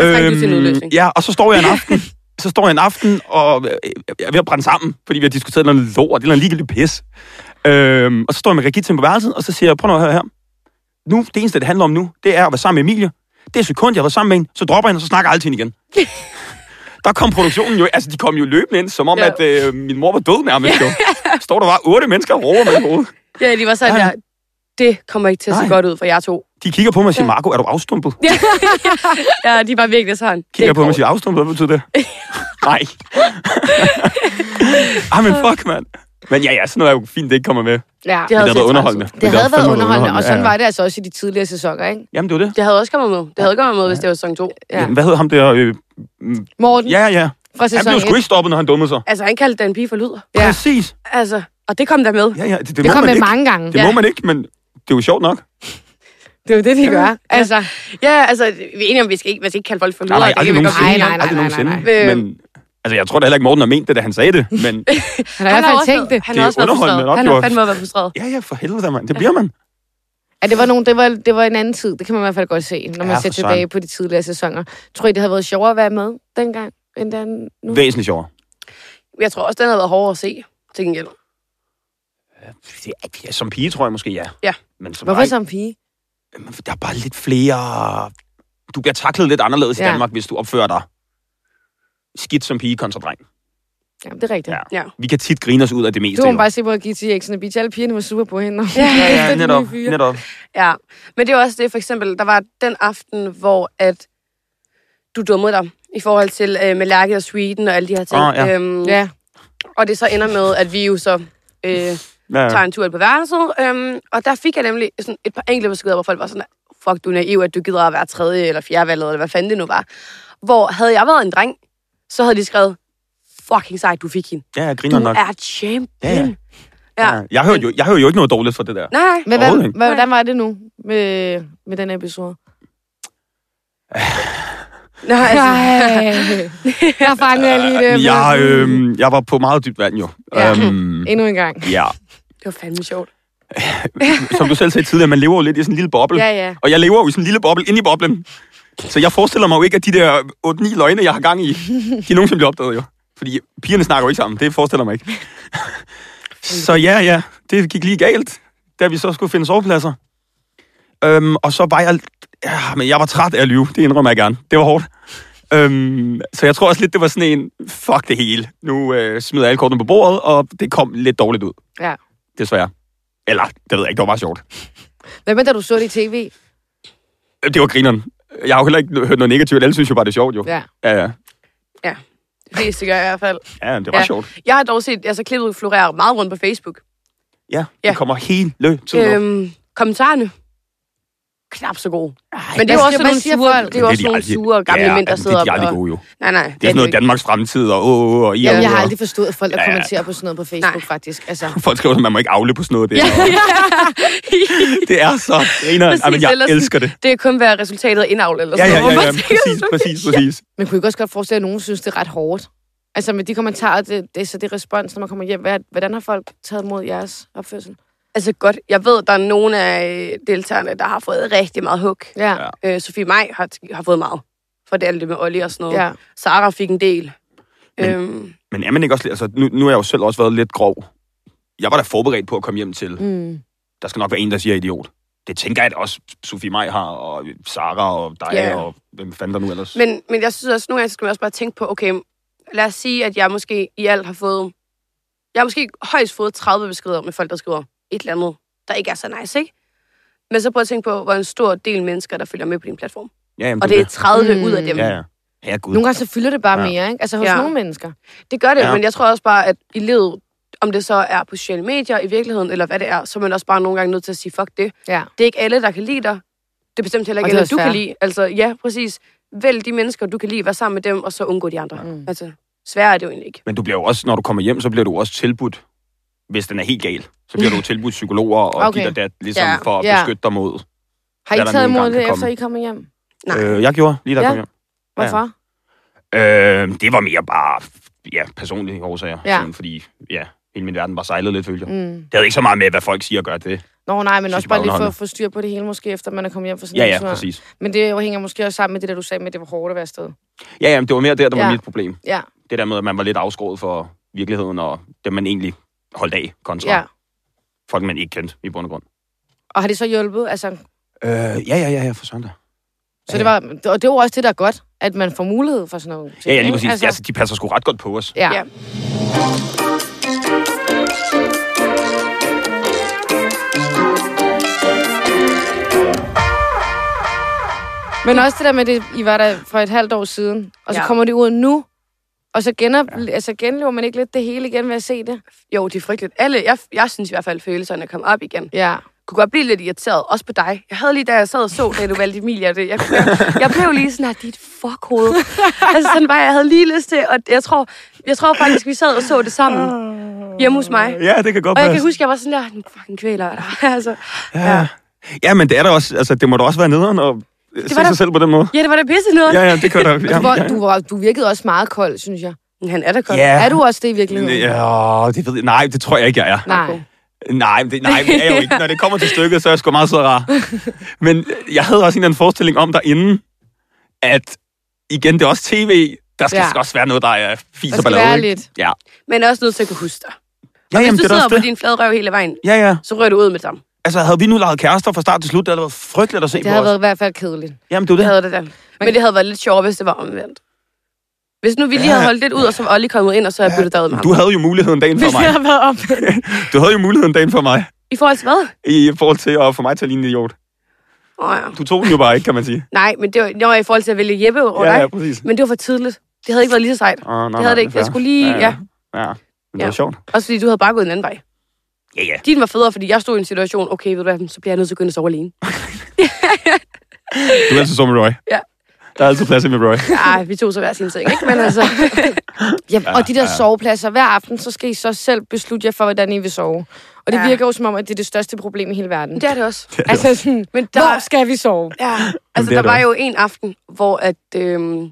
Speaker 4: Øhm,
Speaker 3: trængte vi til en udløsning.
Speaker 4: ja, og så står jeg en aften, så står jeg en aften, og øh, jeg er ved at brænde sammen, fordi vi har diskuteret noget lort, eller en ligegyldig pis. Øhm, og så står jeg med Regitze på værelset, og så siger jeg, prøv nu at høre her. Nu, det eneste, det handler om nu, det er at være sammen med Emilie. Det er sekund, jeg var sammen med hende, så dropper jeg hende, og så snakker jeg aldrig til hende igen. Der kom produktionen jo, altså de kom jo løbende ind, som om
Speaker 3: Ja.
Speaker 4: ja. at øh, min mor var død nærmest jo. Står der bare otte mennesker og roer med hovedet.
Speaker 3: Ja, de var sådan
Speaker 4: Nej.
Speaker 3: der, det kommer ikke til at se
Speaker 4: Nej.
Speaker 3: godt ud for jer to.
Speaker 4: De kigger på mig og siger, Marco, er du afstumpet?
Speaker 3: Ja, de var virkelig sådan.
Speaker 4: kigger
Speaker 3: Det
Speaker 4: på mig
Speaker 3: går.
Speaker 4: og siger, afstumpet, hvad betyder det? Nej. Ej, Ah, men fuck, mand. Men ja, ja, sådan noget er jo fint, det ikke kommer med.
Speaker 1: Ja.
Speaker 3: Det
Speaker 4: Men
Speaker 3: havde
Speaker 4: det
Speaker 3: set
Speaker 4: har været
Speaker 3: træls
Speaker 4: underholdende.
Speaker 3: ud.
Speaker 4: Men
Speaker 1: Det havde
Speaker 4: har
Speaker 1: været
Speaker 4: fandme
Speaker 1: underholdende, og sådan
Speaker 4: ja, ja.
Speaker 1: var det altså også i de tidligere sæsoner, ikke?
Speaker 4: Jamen, det var det.
Speaker 3: Det havde også kommet med. Det havde kommet med, hvis det var sæson 2.
Speaker 1: Ja.
Speaker 4: Ja. Hvad hed ham der? Øh, mm,
Speaker 1: Morten
Speaker 4: ja, ja.
Speaker 1: fra
Speaker 4: Han
Speaker 1: sæson
Speaker 4: blev
Speaker 1: 1.
Speaker 4: sgu ikke stoppet, når han dummede sig.
Speaker 3: Altså, han kaldte den pige for luder.
Speaker 1: Ja.
Speaker 4: Præcis.
Speaker 3: Altså, og det kom der med.
Speaker 4: Ja, ja, det, det,
Speaker 1: Det
Speaker 4: må
Speaker 1: kom
Speaker 4: man
Speaker 1: med
Speaker 4: ikke.
Speaker 1: mange gange.
Speaker 4: Det må man ikke, men det er jo sjovt nok.
Speaker 1: Det er jo det, de gør. Altså,
Speaker 3: Ja, altså, vi er enige om, vi skal ikke, man skal ikke kalde folk for luder.
Speaker 4: Nej, nej,
Speaker 3: det kan vi
Speaker 4: aldrig
Speaker 3: godt
Speaker 4: nogensinde.
Speaker 1: Nej, nej, nej,
Speaker 4: aldrig
Speaker 1: nej,
Speaker 4: nogensinde.
Speaker 1: nej,
Speaker 3: nej.
Speaker 4: Men, altså, jeg tror da heller ikke, Morten har ment det, da han sagde det. Men
Speaker 1: han har i hvert fald tænkt det.
Speaker 3: Han
Speaker 4: Det
Speaker 3: har
Speaker 4: er
Speaker 3: også været
Speaker 4: underholdende
Speaker 3: frustreret. Han har
Speaker 4: opgjort.
Speaker 3: fandme været frustreret.
Speaker 4: ja, ja, for helvede, mand. Det bliver man.
Speaker 1: Ja, det var, nogen, det, var, det var en anden tid. Det kan man i hvert fald godt se, når man
Speaker 4: Ja,
Speaker 1: ja,
Speaker 4: for
Speaker 1: ser
Speaker 4: søren.
Speaker 1: tilbage på de tidligere sæsoner. Tror I, det havde været sjovere at være med dengang, end den nu?
Speaker 4: Væsentligt sjovere.
Speaker 3: Jeg tror også, den har været hårdere at se, til gengæld.
Speaker 4: Ja, som pige tror jeg måske, ja.
Speaker 3: Ja.
Speaker 4: Men som
Speaker 1: Hvorfor
Speaker 4: dreng-
Speaker 1: som pige?
Speaker 4: Jamen, der er bare lidt flere... Du bliver taklet lidt anderledes ja. i
Speaker 1: Ja.
Speaker 4: Danmark, hvis du opfører dig skidt som pige kontra dreng.
Speaker 1: Ja, det er rigtigt.
Speaker 4: Ja.
Speaker 1: Ja.
Speaker 3: Ja.
Speaker 4: Vi kan tit grine os ud af det meste.
Speaker 1: Du må
Speaker 4: jo.
Speaker 1: bare se på at give til X'en og Beach. Alle pigerne var super på hende.
Speaker 3: Ja, ja,
Speaker 4: Ja, ja, netop, netop.
Speaker 3: Ja, men det er jo også det, for eksempel, der var den aften, hvor at du dummede dig i forhold til øh, Malaki og Sweden og alle de her ting.
Speaker 4: Åh, Ah, ja.
Speaker 3: Øhm,
Speaker 1: Ja,
Speaker 3: Og det så ender med, at vi jo så øh,
Speaker 4: Ja,
Speaker 3: tager en tur ind på værelset. Øhm, og der fik jeg nemlig sådan et par enkelte beskeder, hvor folk var sådan, fuck, du er naiv, at du gider at være tredje eller fjerde valget, eller hvad fanden det nu var. Hvor havde jeg været en dreng, så havde de skrevet, fucking sejt, du fik hende.
Speaker 4: ja, jeg
Speaker 3: Du
Speaker 4: griner nok.
Speaker 3: er champion.
Speaker 4: Ja, ja.
Speaker 3: ja.
Speaker 4: Ja, Jeg, hører jo, jeg hører jo ikke noget dårligt for det der.
Speaker 3: Nej, nej.
Speaker 1: men hvad,
Speaker 4: Overhovedet ikke.
Speaker 1: hvad, hvordan var det nu med, med den episode?
Speaker 3: nej altså,
Speaker 1: jeg fangede jeg lige det. men-
Speaker 4: Jeg, øh, jeg var på meget dybt vand jo.
Speaker 1: Ja.
Speaker 4: Øhm,
Speaker 1: Endnu en gang.
Speaker 4: ja.
Speaker 3: det var fandme sjovt.
Speaker 4: Som du selv sagde tidligere, man lever jo lidt i sådan en lille boble.
Speaker 1: Ja, ja.
Speaker 4: Og jeg lever jo i sådan en lille boble inde i boblen. Så jeg forestiller mig jo ikke, at de der 8-9 løgne, jeg har gang i, de nogensinde bliver opdaget jo. Fordi pigerne snakker jo ikke sammen, det forestiller jeg mig ikke. Så ja, ja, det gik lige galt, da vi så skulle finde sovepladser. Øhm, og så var jeg... Ja, men jeg var træt af at lyve, det indrømmer jeg gerne. Det var hårdt. Øhm, så jeg tror også lidt, det var sådan en, fuck det hele. Nu øh, smider jeg alle kortene på bordet, og det kom lidt dårligt ud,
Speaker 1: Ja.
Speaker 4: desværre. Eller, det ved jeg ikke, det var meget sjovt.
Speaker 1: Hvad med, da du så det i tv?
Speaker 4: Øh, Det var grineren. Jeg har jo heller ikke hørt noget negativt, alle synes jo bare, det er sjovt jo.
Speaker 1: Ja.
Speaker 4: Ja, ja,
Speaker 3: Det fleste gør jeg i hvert fald.
Speaker 4: ja det var ja.
Speaker 3: Ja.
Speaker 4: sjovt.
Speaker 3: Jeg har dog set, altså klippet florerer meget rundt på Facebook.
Speaker 4: Ja, ja,
Speaker 3: Ja.
Speaker 4: det kommer hele tiden øhm, op.
Speaker 3: Øhm, kommentarerne. Knap så gode. Ej, men det
Speaker 1: hvad
Speaker 3: er jo
Speaker 1: siger-
Speaker 3: også
Speaker 1: hvad
Speaker 3: nogle
Speaker 1: siger
Speaker 3: sure,
Speaker 1: folk?
Speaker 3: det er jo også nogle sure gamle
Speaker 4: ja,
Speaker 3: mænd, der
Speaker 4: altså,
Speaker 3: sidder
Speaker 4: det er de aldrig
Speaker 3: og...
Speaker 4: gode jo.
Speaker 3: Nej, nej.
Speaker 4: Det er sådan noget
Speaker 3: ikke.
Speaker 4: Danmarks fremtid, og åh, åh, åh, og I
Speaker 1: Jamen, jeg har
Speaker 4: og-
Speaker 1: aldrig forstået folk, der
Speaker 4: Ja, ja.
Speaker 1: kommenterer på sådan noget på Facebook, faktisk. Altså,
Speaker 4: Folk skriver, at man må ikke afle på sådan noget. Det, ja. det er så grineren.
Speaker 3: Præcis,
Speaker 4: Ej, men jeg
Speaker 3: ellers-
Speaker 4: elsker det.
Speaker 3: Det kan kun være resultatet af indavl eller
Speaker 4: Ja,
Speaker 3: sådan
Speaker 4: ja,
Speaker 3: noget.
Speaker 4: ja,
Speaker 3: hvor
Speaker 4: ja,
Speaker 3: man tænker,
Speaker 4: præcis, præcis, præcis.
Speaker 1: man kunne ikke også godt forestille, at nogen synes, det er ret hårdt. Altså med de kommentarer, det, det er så det respons, når man kommer hjem. Hvad, hvordan har folk taget mod jeres opførsel?
Speaker 3: Altså godt, jeg ved, der er nogle af øh, deltagerne, der har fået rigtig meget hug.
Speaker 1: Ja,
Speaker 4: Ja.
Speaker 1: ja.
Speaker 3: Øh, Sofie Maj har, har fået meget for det alt det med Olli og sådan noget.
Speaker 1: ja.
Speaker 3: Sara fik en del.
Speaker 4: Men-
Speaker 3: Øhm,
Speaker 4: Men er man ikke også lidt... Altså, nu, nu har jeg jo selv også været lidt grov. Jeg var da forberedt på at komme hjem til.
Speaker 1: Mm.
Speaker 4: Der skal nok være en, der siger idiot. Det tænker jeg da også, Sofie Maj har, og Sara og dig,
Speaker 3: Ja.
Speaker 4: og hvem fanden der nu ellers.
Speaker 3: men, men jeg synes også, nogle gange skal man også bare tænke på, okay, lad os sige, at jeg måske i alt har fået... Jeg har måske højst fået 30 beskeder med folk, der skriver et eller andet, der ikke er så nice, ikke? Men så prøv at tænke på, hvor en stor del mennesker, der følger med på din platform.
Speaker 4: ja, jamen,
Speaker 3: Og det er 30
Speaker 1: Mm.
Speaker 3: ud af dem.
Speaker 4: Ja, ja. Ja, gud.
Speaker 1: Nogle gange så fylder det bare
Speaker 4: Ja.
Speaker 1: ja. mere, ikke? Altså hos
Speaker 3: Ja.
Speaker 1: ja. nogle mennesker.
Speaker 3: Det gør det,
Speaker 4: Ja.
Speaker 3: ja. men jeg tror også bare, at i livet, om det så er på sociale medier, i virkeligheden, eller hvad det er, så er man også bare nogle gange nødt til at sige, fuck det.
Speaker 1: Ja.
Speaker 3: Det er ikke alle, der kan lide dig. Det er bestemt heller
Speaker 1: Og
Speaker 3: ikke
Speaker 1: det er
Speaker 3: alle,
Speaker 1: også
Speaker 3: du kan
Speaker 1: fair.
Speaker 3: lide. Altså, ja, præcis. Vælg de mennesker, du kan lide, vær sammen med dem, og så undgå de andre.
Speaker 1: Mm.
Speaker 3: Mm. Altså, sværere er det jo egentlig ikke.
Speaker 4: Men du bliver jo også, når du kommer hjem, så bliver du også tilbudt, hvis den er helt gal. Så bliver du jo tilbudt psykologer og okay.
Speaker 1: Okay.
Speaker 4: dit og dat, ligesom ja.
Speaker 3: Ja.
Speaker 4: for at
Speaker 1: Ja.
Speaker 4: beskytte dig mod.
Speaker 1: Har
Speaker 4: Hvad
Speaker 1: I
Speaker 4: der
Speaker 1: taget
Speaker 4: nu engang
Speaker 1: imod det,
Speaker 4: kan
Speaker 1: efter
Speaker 4: komme.
Speaker 1: I kommer hjem?
Speaker 3: Nej.
Speaker 4: Øh, jeg gjorde, lige da jeg
Speaker 1: Ja.
Speaker 4: kom hjem.
Speaker 1: Hvorfor?
Speaker 4: Øh, det var mere bare ja, personlige årsager. Ja.
Speaker 1: Ja.
Speaker 4: Sådan, fordi ja, hele min verden var sejlet lidt, følger. Mm.
Speaker 1: Mm.
Speaker 4: Det havde ikke så meget med, hvad folk siger at gøre det.
Speaker 1: Nå nej, men
Speaker 4: Synes
Speaker 1: også
Speaker 4: jeg bare
Speaker 1: bare lige for
Speaker 4: underholdende.
Speaker 1: at få styr på det hele, måske efter man er kommet hjem fra sådan
Speaker 4: Ja,
Speaker 1: en
Speaker 4: ja,
Speaker 1: tur.
Speaker 4: præcis.
Speaker 1: Men det hænger måske også sammen med det, der du sagde med, at det var hårdt at være afsted.
Speaker 4: Ja, ja, men det var mere der, der var
Speaker 1: Ja.
Speaker 4: mit problem.
Speaker 1: Ja,
Speaker 4: Det der med, at man var lidt afskåret for virkeligheden og det, man egentlig holdt af kontra ja.
Speaker 1: ja.
Speaker 4: folk, man ikke kendte i bund og grund.
Speaker 1: Og har det så hjulpet? Altså,
Speaker 4: Øh, ja, ja, ja, ja, for søndag.
Speaker 1: så det var, og det var også det, der er godt, at man får mulighed for sådan noget.
Speaker 4: Ja, ja, lige præcis. Altså, altså, de passer sgu ret godt på os.
Speaker 1: ja.
Speaker 3: Ja.
Speaker 1: ja. Men også det der med, det, I var der for et halvt år siden, og så
Speaker 3: Ja.
Speaker 1: ja. kommer det ud nu, og så genop, ja. altså, genlever man ikke lidt det hele igen ved at se det?
Speaker 3: Jo, det er frygteligt. Alle, jeg, jeg synes i hvert fald, følelserne kom op igen.
Speaker 1: Ja.
Speaker 3: kunne godt blive lidt irriteret, også på dig. Jeg havde lige, da jeg sad og så, da du valgte Emilia, det, jeg, jeg, jeg blev lige sådan, at dit fuck hoved. altså sådan var jeg, jeg havde lige lyst til, og jeg tror, jeg tror faktisk, vi sad og så det sammen hjemme hos mig.
Speaker 4: Ah. Ja, det kan godt
Speaker 3: Og jeg
Speaker 4: passe.
Speaker 3: kan huske, jeg var sådan der, nu fucking kvæler jeg dig. altså,
Speaker 4: Ja. ja, men det er der også, altså, det må da også være nederen at det se
Speaker 3: var
Speaker 4: sig
Speaker 3: da-
Speaker 4: selv på den måde.
Speaker 3: ja, det var da pisse noget.
Speaker 4: Ja, ja, det kan da... Ja,
Speaker 1: Du, var,
Speaker 4: ja.
Speaker 1: du, var, du virkede også meget kold, synes jeg.
Speaker 3: Men Han er da godt.
Speaker 4: Ja.
Speaker 1: Er du også det i virkeligheden?
Speaker 4: Ja, det ved jeg. Nej, det tror jeg ikke, jeg er.
Speaker 1: Nej.
Speaker 4: Nej, det, nej, det er jeg jo ikke. Når det kommer til stykket, så er jeg sgu meget så rar. Men jeg havde også en eller anden forestilling om derinde, at igen, det er også tv. Der skal
Speaker 1: Ja.
Speaker 4: ja. også være noget, der er fis
Speaker 1: Der
Speaker 4: og
Speaker 1: skal
Speaker 4: ballade.
Speaker 1: være
Speaker 4: ikke?
Speaker 1: lidt.
Speaker 4: Ja,
Speaker 3: Men jeg er også nødt til at kunne huske dig.
Speaker 4: ja
Speaker 3: Hvis
Speaker 4: jamen,
Speaker 3: du
Speaker 4: det er da
Speaker 3: sidder
Speaker 4: også
Speaker 3: på
Speaker 4: det.
Speaker 3: din flade røv hele vejen,
Speaker 4: Ja, ja.
Speaker 3: så rører du ud med dem.
Speaker 4: Altså, havde vi nu lejet kærester fra start til slut, det havde været frygteligt at se
Speaker 1: Det
Speaker 4: på
Speaker 1: har
Speaker 4: os.
Speaker 1: været i hvert fald kedeligt.
Speaker 4: Jamen, det er jo
Speaker 3: Det
Speaker 4: det.
Speaker 3: havde det da. Men det havde været lidt sjovere, hvis det var omvendt. Hvis nu vi lige
Speaker 4: Ja.
Speaker 3: havde holdt lidt ud, og så var Olli kommet ind, og så havde jeg byttet derud med ham.
Speaker 4: Du havde jo muligheden dagen for
Speaker 1: Hvis
Speaker 4: mig.
Speaker 1: det har været omvendt.
Speaker 4: Du havde jo muligheden dagen for mig.
Speaker 3: I forhold til hvad?
Speaker 4: I forhold til at få mig til at ligne en idiot.
Speaker 3: Åh, ja.
Speaker 4: Du tog den jo bare ikke, kan man sige.
Speaker 3: Nej, men det var, det var i forhold til at vælge Jeppe over
Speaker 4: ja,
Speaker 3: dig.
Speaker 4: ja, præcis.
Speaker 3: Men det var for tidligt. Det havde ikke været lige så sejt.
Speaker 4: Oh, nej,
Speaker 3: Det havde det ikke. Jeg skulle lige- ja.
Speaker 4: Ja, ja. Men det
Speaker 3: Ja.
Speaker 4: var sjovt.
Speaker 3: Også fordi du havde bare gået en anden vej.
Speaker 4: Ja, ja.
Speaker 3: Din var federe, fordi jeg stod i en situation, okay, ved du hvad, så bliver jeg nødt til at gå ind og sove alene.
Speaker 4: Du er altid så med Roy.
Speaker 3: Ja.
Speaker 4: Der er altid plads til med Roy.
Speaker 3: Ej, vi tog så hver sin ting, ikke? Men altså,
Speaker 1: Ja, og de der
Speaker 4: ja.
Speaker 1: sovepladser hver aften, så skal I så selv beslutte jer for, hvordan I vil sove. Og det
Speaker 3: Ja.
Speaker 1: virker jo som om, at det er det største problem i hele verden.
Speaker 3: det er det også.
Speaker 1: Altså sådan,
Speaker 3: Men der,
Speaker 1: hvor skal vi sove?
Speaker 3: ja,
Speaker 4: Jamen,
Speaker 3: altså,
Speaker 4: det er
Speaker 3: der
Speaker 4: det
Speaker 3: var jo en aften, hvor at, øhm,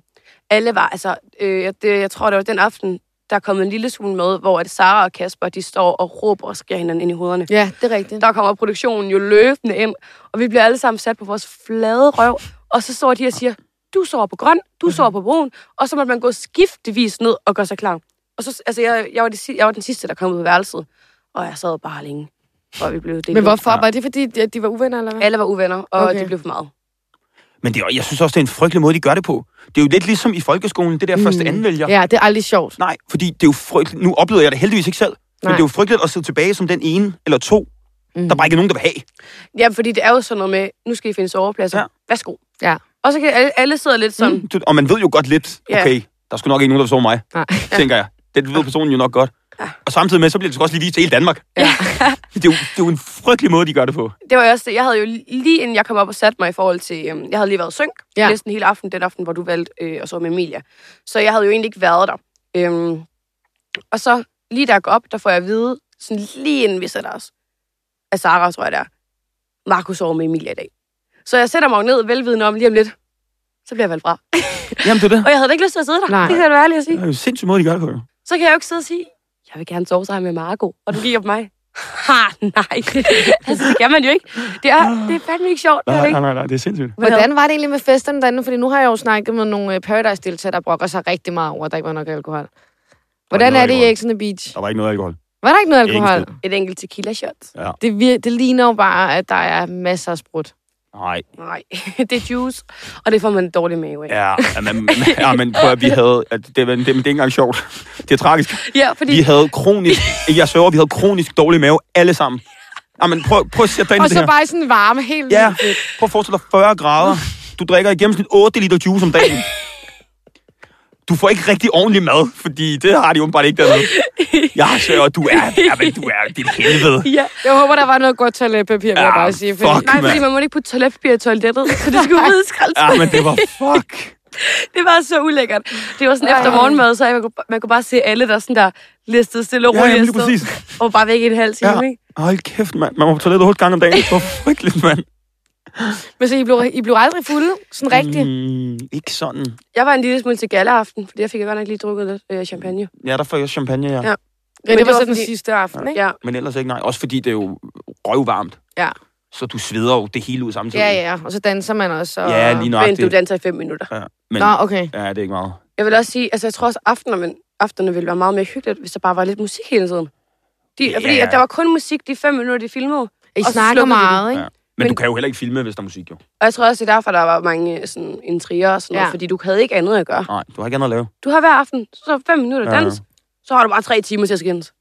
Speaker 3: alle var, altså, øh, jeg- det, jeg tror, det var den aften, der kom en lille smule med, hvor at Sara og Kasper, de står og råber og skriger hinanden ind i hovederne.
Speaker 1: Ja, det er rigtigt.
Speaker 3: Der kommer produktionen jo løbende ind, og vi bliver alle sammen sat på vores flade røv, og så står de og siger, du sover på grøn,
Speaker 1: Mhm.
Speaker 3: du sover på brun, og så måtte man gå skiftevis ned og gøre sig klar. Og så, altså, jeg, jeg, var, det, si- jeg var den sidste, der kom ud på værelset, og jeg sad bare længe, og vi blev delt.
Speaker 1: Men
Speaker 3: ud.
Speaker 1: hvorfor? Var det fordi, at de var uvenner, eller hvad?
Speaker 3: Alle var uvenner, og
Speaker 1: Okay.
Speaker 3: okay. det blev for meget.
Speaker 4: Men det, er- jeg synes også, det er en frygtelig måde, de gør det på. Det er jo lidt ligesom i folkeskolen,
Speaker 3: Mm.
Speaker 4: det der første anvælger.
Speaker 1: Ja, det er aldrig sjovt.
Speaker 4: Nej, fordi det er jo frygteligt. Nu oplever jeg det heldigvis ikke selv. Men
Speaker 1: Nej.
Speaker 4: det er jo frygteligt at sidde tilbage som den ene eller to, mm. der bare ikke er nogen, der vil have.
Speaker 3: Ja, fordi det er jo sådan noget med, nu skal I finde sovepladser.
Speaker 4: Ja.
Speaker 3: Ja. Værsgo.
Speaker 1: Ja.
Speaker 3: Og så kan alle, alle sidder lidt sådan,
Speaker 4: Du- Og man ved jo godt lidt,
Speaker 3: Mm. Ja.
Speaker 4: okay, der skulle nok ikke nogen, der vil sove mig,
Speaker 1: Nej.
Speaker 4: tænker jeg. Det ved personen jo nok godt. Og samtidig med, så bliver det sgu også lige vist til hele Danmark.
Speaker 3: Ja.
Speaker 4: det, er jo, det er jo en frygtelig måde, de gør det på.
Speaker 3: det var jo også det. Jeg havde jo lige inden jeg kom op og satte mig i forhold til... Øhm, jeg havde lige været synk ja.
Speaker 1: Ja.
Speaker 3: næsten hele aften, den aften, hvor du valgte øh, at sove med Emilia. Så jeg havde jo egentlig ikke været der. Øhm, og så lige da jeg går op, der får jeg at vide, sådan lige inden vi sætter os, at Sara, tror jeg det er, Markus sover med Emilia i dag. Så jeg sætter mig jo ned velvidende om lige om lidt, så bliver jeg valgt fra.
Speaker 4: Jamen, det er det.
Speaker 3: Og jeg havde da ikke lyst til at sidde der.
Speaker 1: Nej.
Speaker 3: Det kan jeg da være ærlig at sige.
Speaker 4: Det er jo en sindssyg måde, de gør det på. jo.
Speaker 3: Så kan jeg jo ikke sidde og sige, jeg vil gerne sove sammen med Marco, og du kigger på mig. Ha, nej. altså, det kan man jo ikke. Det er, det er fandme ikke sjovt. Det er det
Speaker 4: Nej, nej,
Speaker 3: ikke.
Speaker 4: nej, nej, det er sindssygt.
Speaker 1: Hvordan var det egentlig med festerne derinde? Fordi nu har jeg jo snakket med nogle øh, Paradise-deltagere, der brokker sig rigtig meget over, at der ikke var nok alkohol. Hvordan
Speaker 4: noget
Speaker 1: er det i
Speaker 4: alkohol.
Speaker 1: Exxon Beach?
Speaker 4: Der var ikke noget alkohol.
Speaker 1: Var der ikke noget
Speaker 4: Ikke en
Speaker 1: alkohol?
Speaker 3: Et enkelt tequila shot.
Speaker 1: Det, vir- det ligner jo bare, at der er masser af sprut.
Speaker 4: Nej,
Speaker 3: Nej, det er juice, og det får man en dårlig mave af.
Speaker 4: ja, ja, men, ja, men prøv at vi havde... At det, det, det, er ikke engang sjovt. Det er tragisk.
Speaker 3: Ja, fordi...
Speaker 4: Vi havde kronisk... Jeg sørger, vi havde kronisk dårlig mave alle sammen. Jamen, prøv, prøv at sætte dig ind
Speaker 1: Og
Speaker 4: i det
Speaker 1: så
Speaker 4: her.
Speaker 1: bare i sådan en varme helt
Speaker 4: Ja,
Speaker 1: vildt fedt.
Speaker 4: prøv at forestille dig 40 grader. Du drikker i gennemsnit 8 liter juice om dagen. Du får ikke rigtig ordentlig mad, fordi det har de åbenbart ikke dernede. Jeg sørger, du er... Jamen, du er... Det er et helvede.
Speaker 3: Ja.
Speaker 1: Jeg håber, der var noget godt toiletpapir, vil jeg
Speaker 4: Ja,
Speaker 1: bare sige.
Speaker 4: fuck.
Speaker 3: Nej, fordi
Speaker 4: Mand.
Speaker 3: man må ikke putte toiletpapir i toilettet, så det skulle udskrælles.
Speaker 4: Ja, men det var fuck.
Speaker 3: Det var så ulækkert. Det var sådan efter morgenmad, så man kunne, man kunne bare se alle, der sådan der listede stille og
Speaker 4: Ja,
Speaker 3: roligt.
Speaker 4: jamen, lige
Speaker 3: afsted,
Speaker 4: præcis.
Speaker 3: Og var væk i en halv time,
Speaker 4: Ja.
Speaker 3: ja. ikke?
Speaker 4: Hold kæft, mand. Man må på toilettet 8 gange om dagen. Det var frygteligt, mand.
Speaker 1: Men så I blev, I blev aldrig fulde? Sådan rigtigt?
Speaker 4: Mm, ikke sådan.
Speaker 3: Jeg var en lille smule til gallaaften, fordi jeg fik godt nok lige drukket lidt øh, champagne.
Speaker 4: Ja, der får jeg champagne, ja.
Speaker 3: Ja.
Speaker 4: ja.
Speaker 1: Ja,
Speaker 3: Men
Speaker 1: det var
Speaker 3: det var
Speaker 1: så den
Speaker 3: fordi-
Speaker 1: sidste aften, ikke?
Speaker 3: Ja.
Speaker 4: Men ellers ikke nej. Også fordi det er jo røvvarmt.
Speaker 1: Ja.
Speaker 4: Så du sveder jo det hele ud samtidig.
Speaker 1: Ja, ja. Og så danser man også. Og...
Speaker 4: Ja, lige
Speaker 3: Men du
Speaker 4: nøjagtigt.
Speaker 3: danser i fem minutter.
Speaker 4: Men,
Speaker 1: Nå, okay.
Speaker 4: ja, det er ikke meget.
Speaker 3: Jeg vil også sige, altså jeg tror også, aftener, men aftenerne ville være meget mere hyggeligt, hvis der bare var lidt musik hele tiden. De,
Speaker 4: Ja.
Speaker 3: yeah. Fordi at der var kun musik de fem minutter, de filmede.
Speaker 1: I
Speaker 3: Og så
Speaker 1: snakker
Speaker 3: slukkede de
Speaker 1: meget, ikke?
Speaker 4: Ja. Men, men
Speaker 3: Men-
Speaker 4: du kan jo heller ikke filme, hvis der er musik, jo.
Speaker 3: Og jeg tror også, det er derfor, der var mange øh, sådan, intriger og sådan noget,
Speaker 1: Ja.
Speaker 3: fordi du havde ikke andet at gøre.
Speaker 4: Nej, du har ikke andet at lave.
Speaker 3: Du har hver aften, så fem minutter
Speaker 4: Ja.
Speaker 3: dans, så har du bare tre timer til at skændes.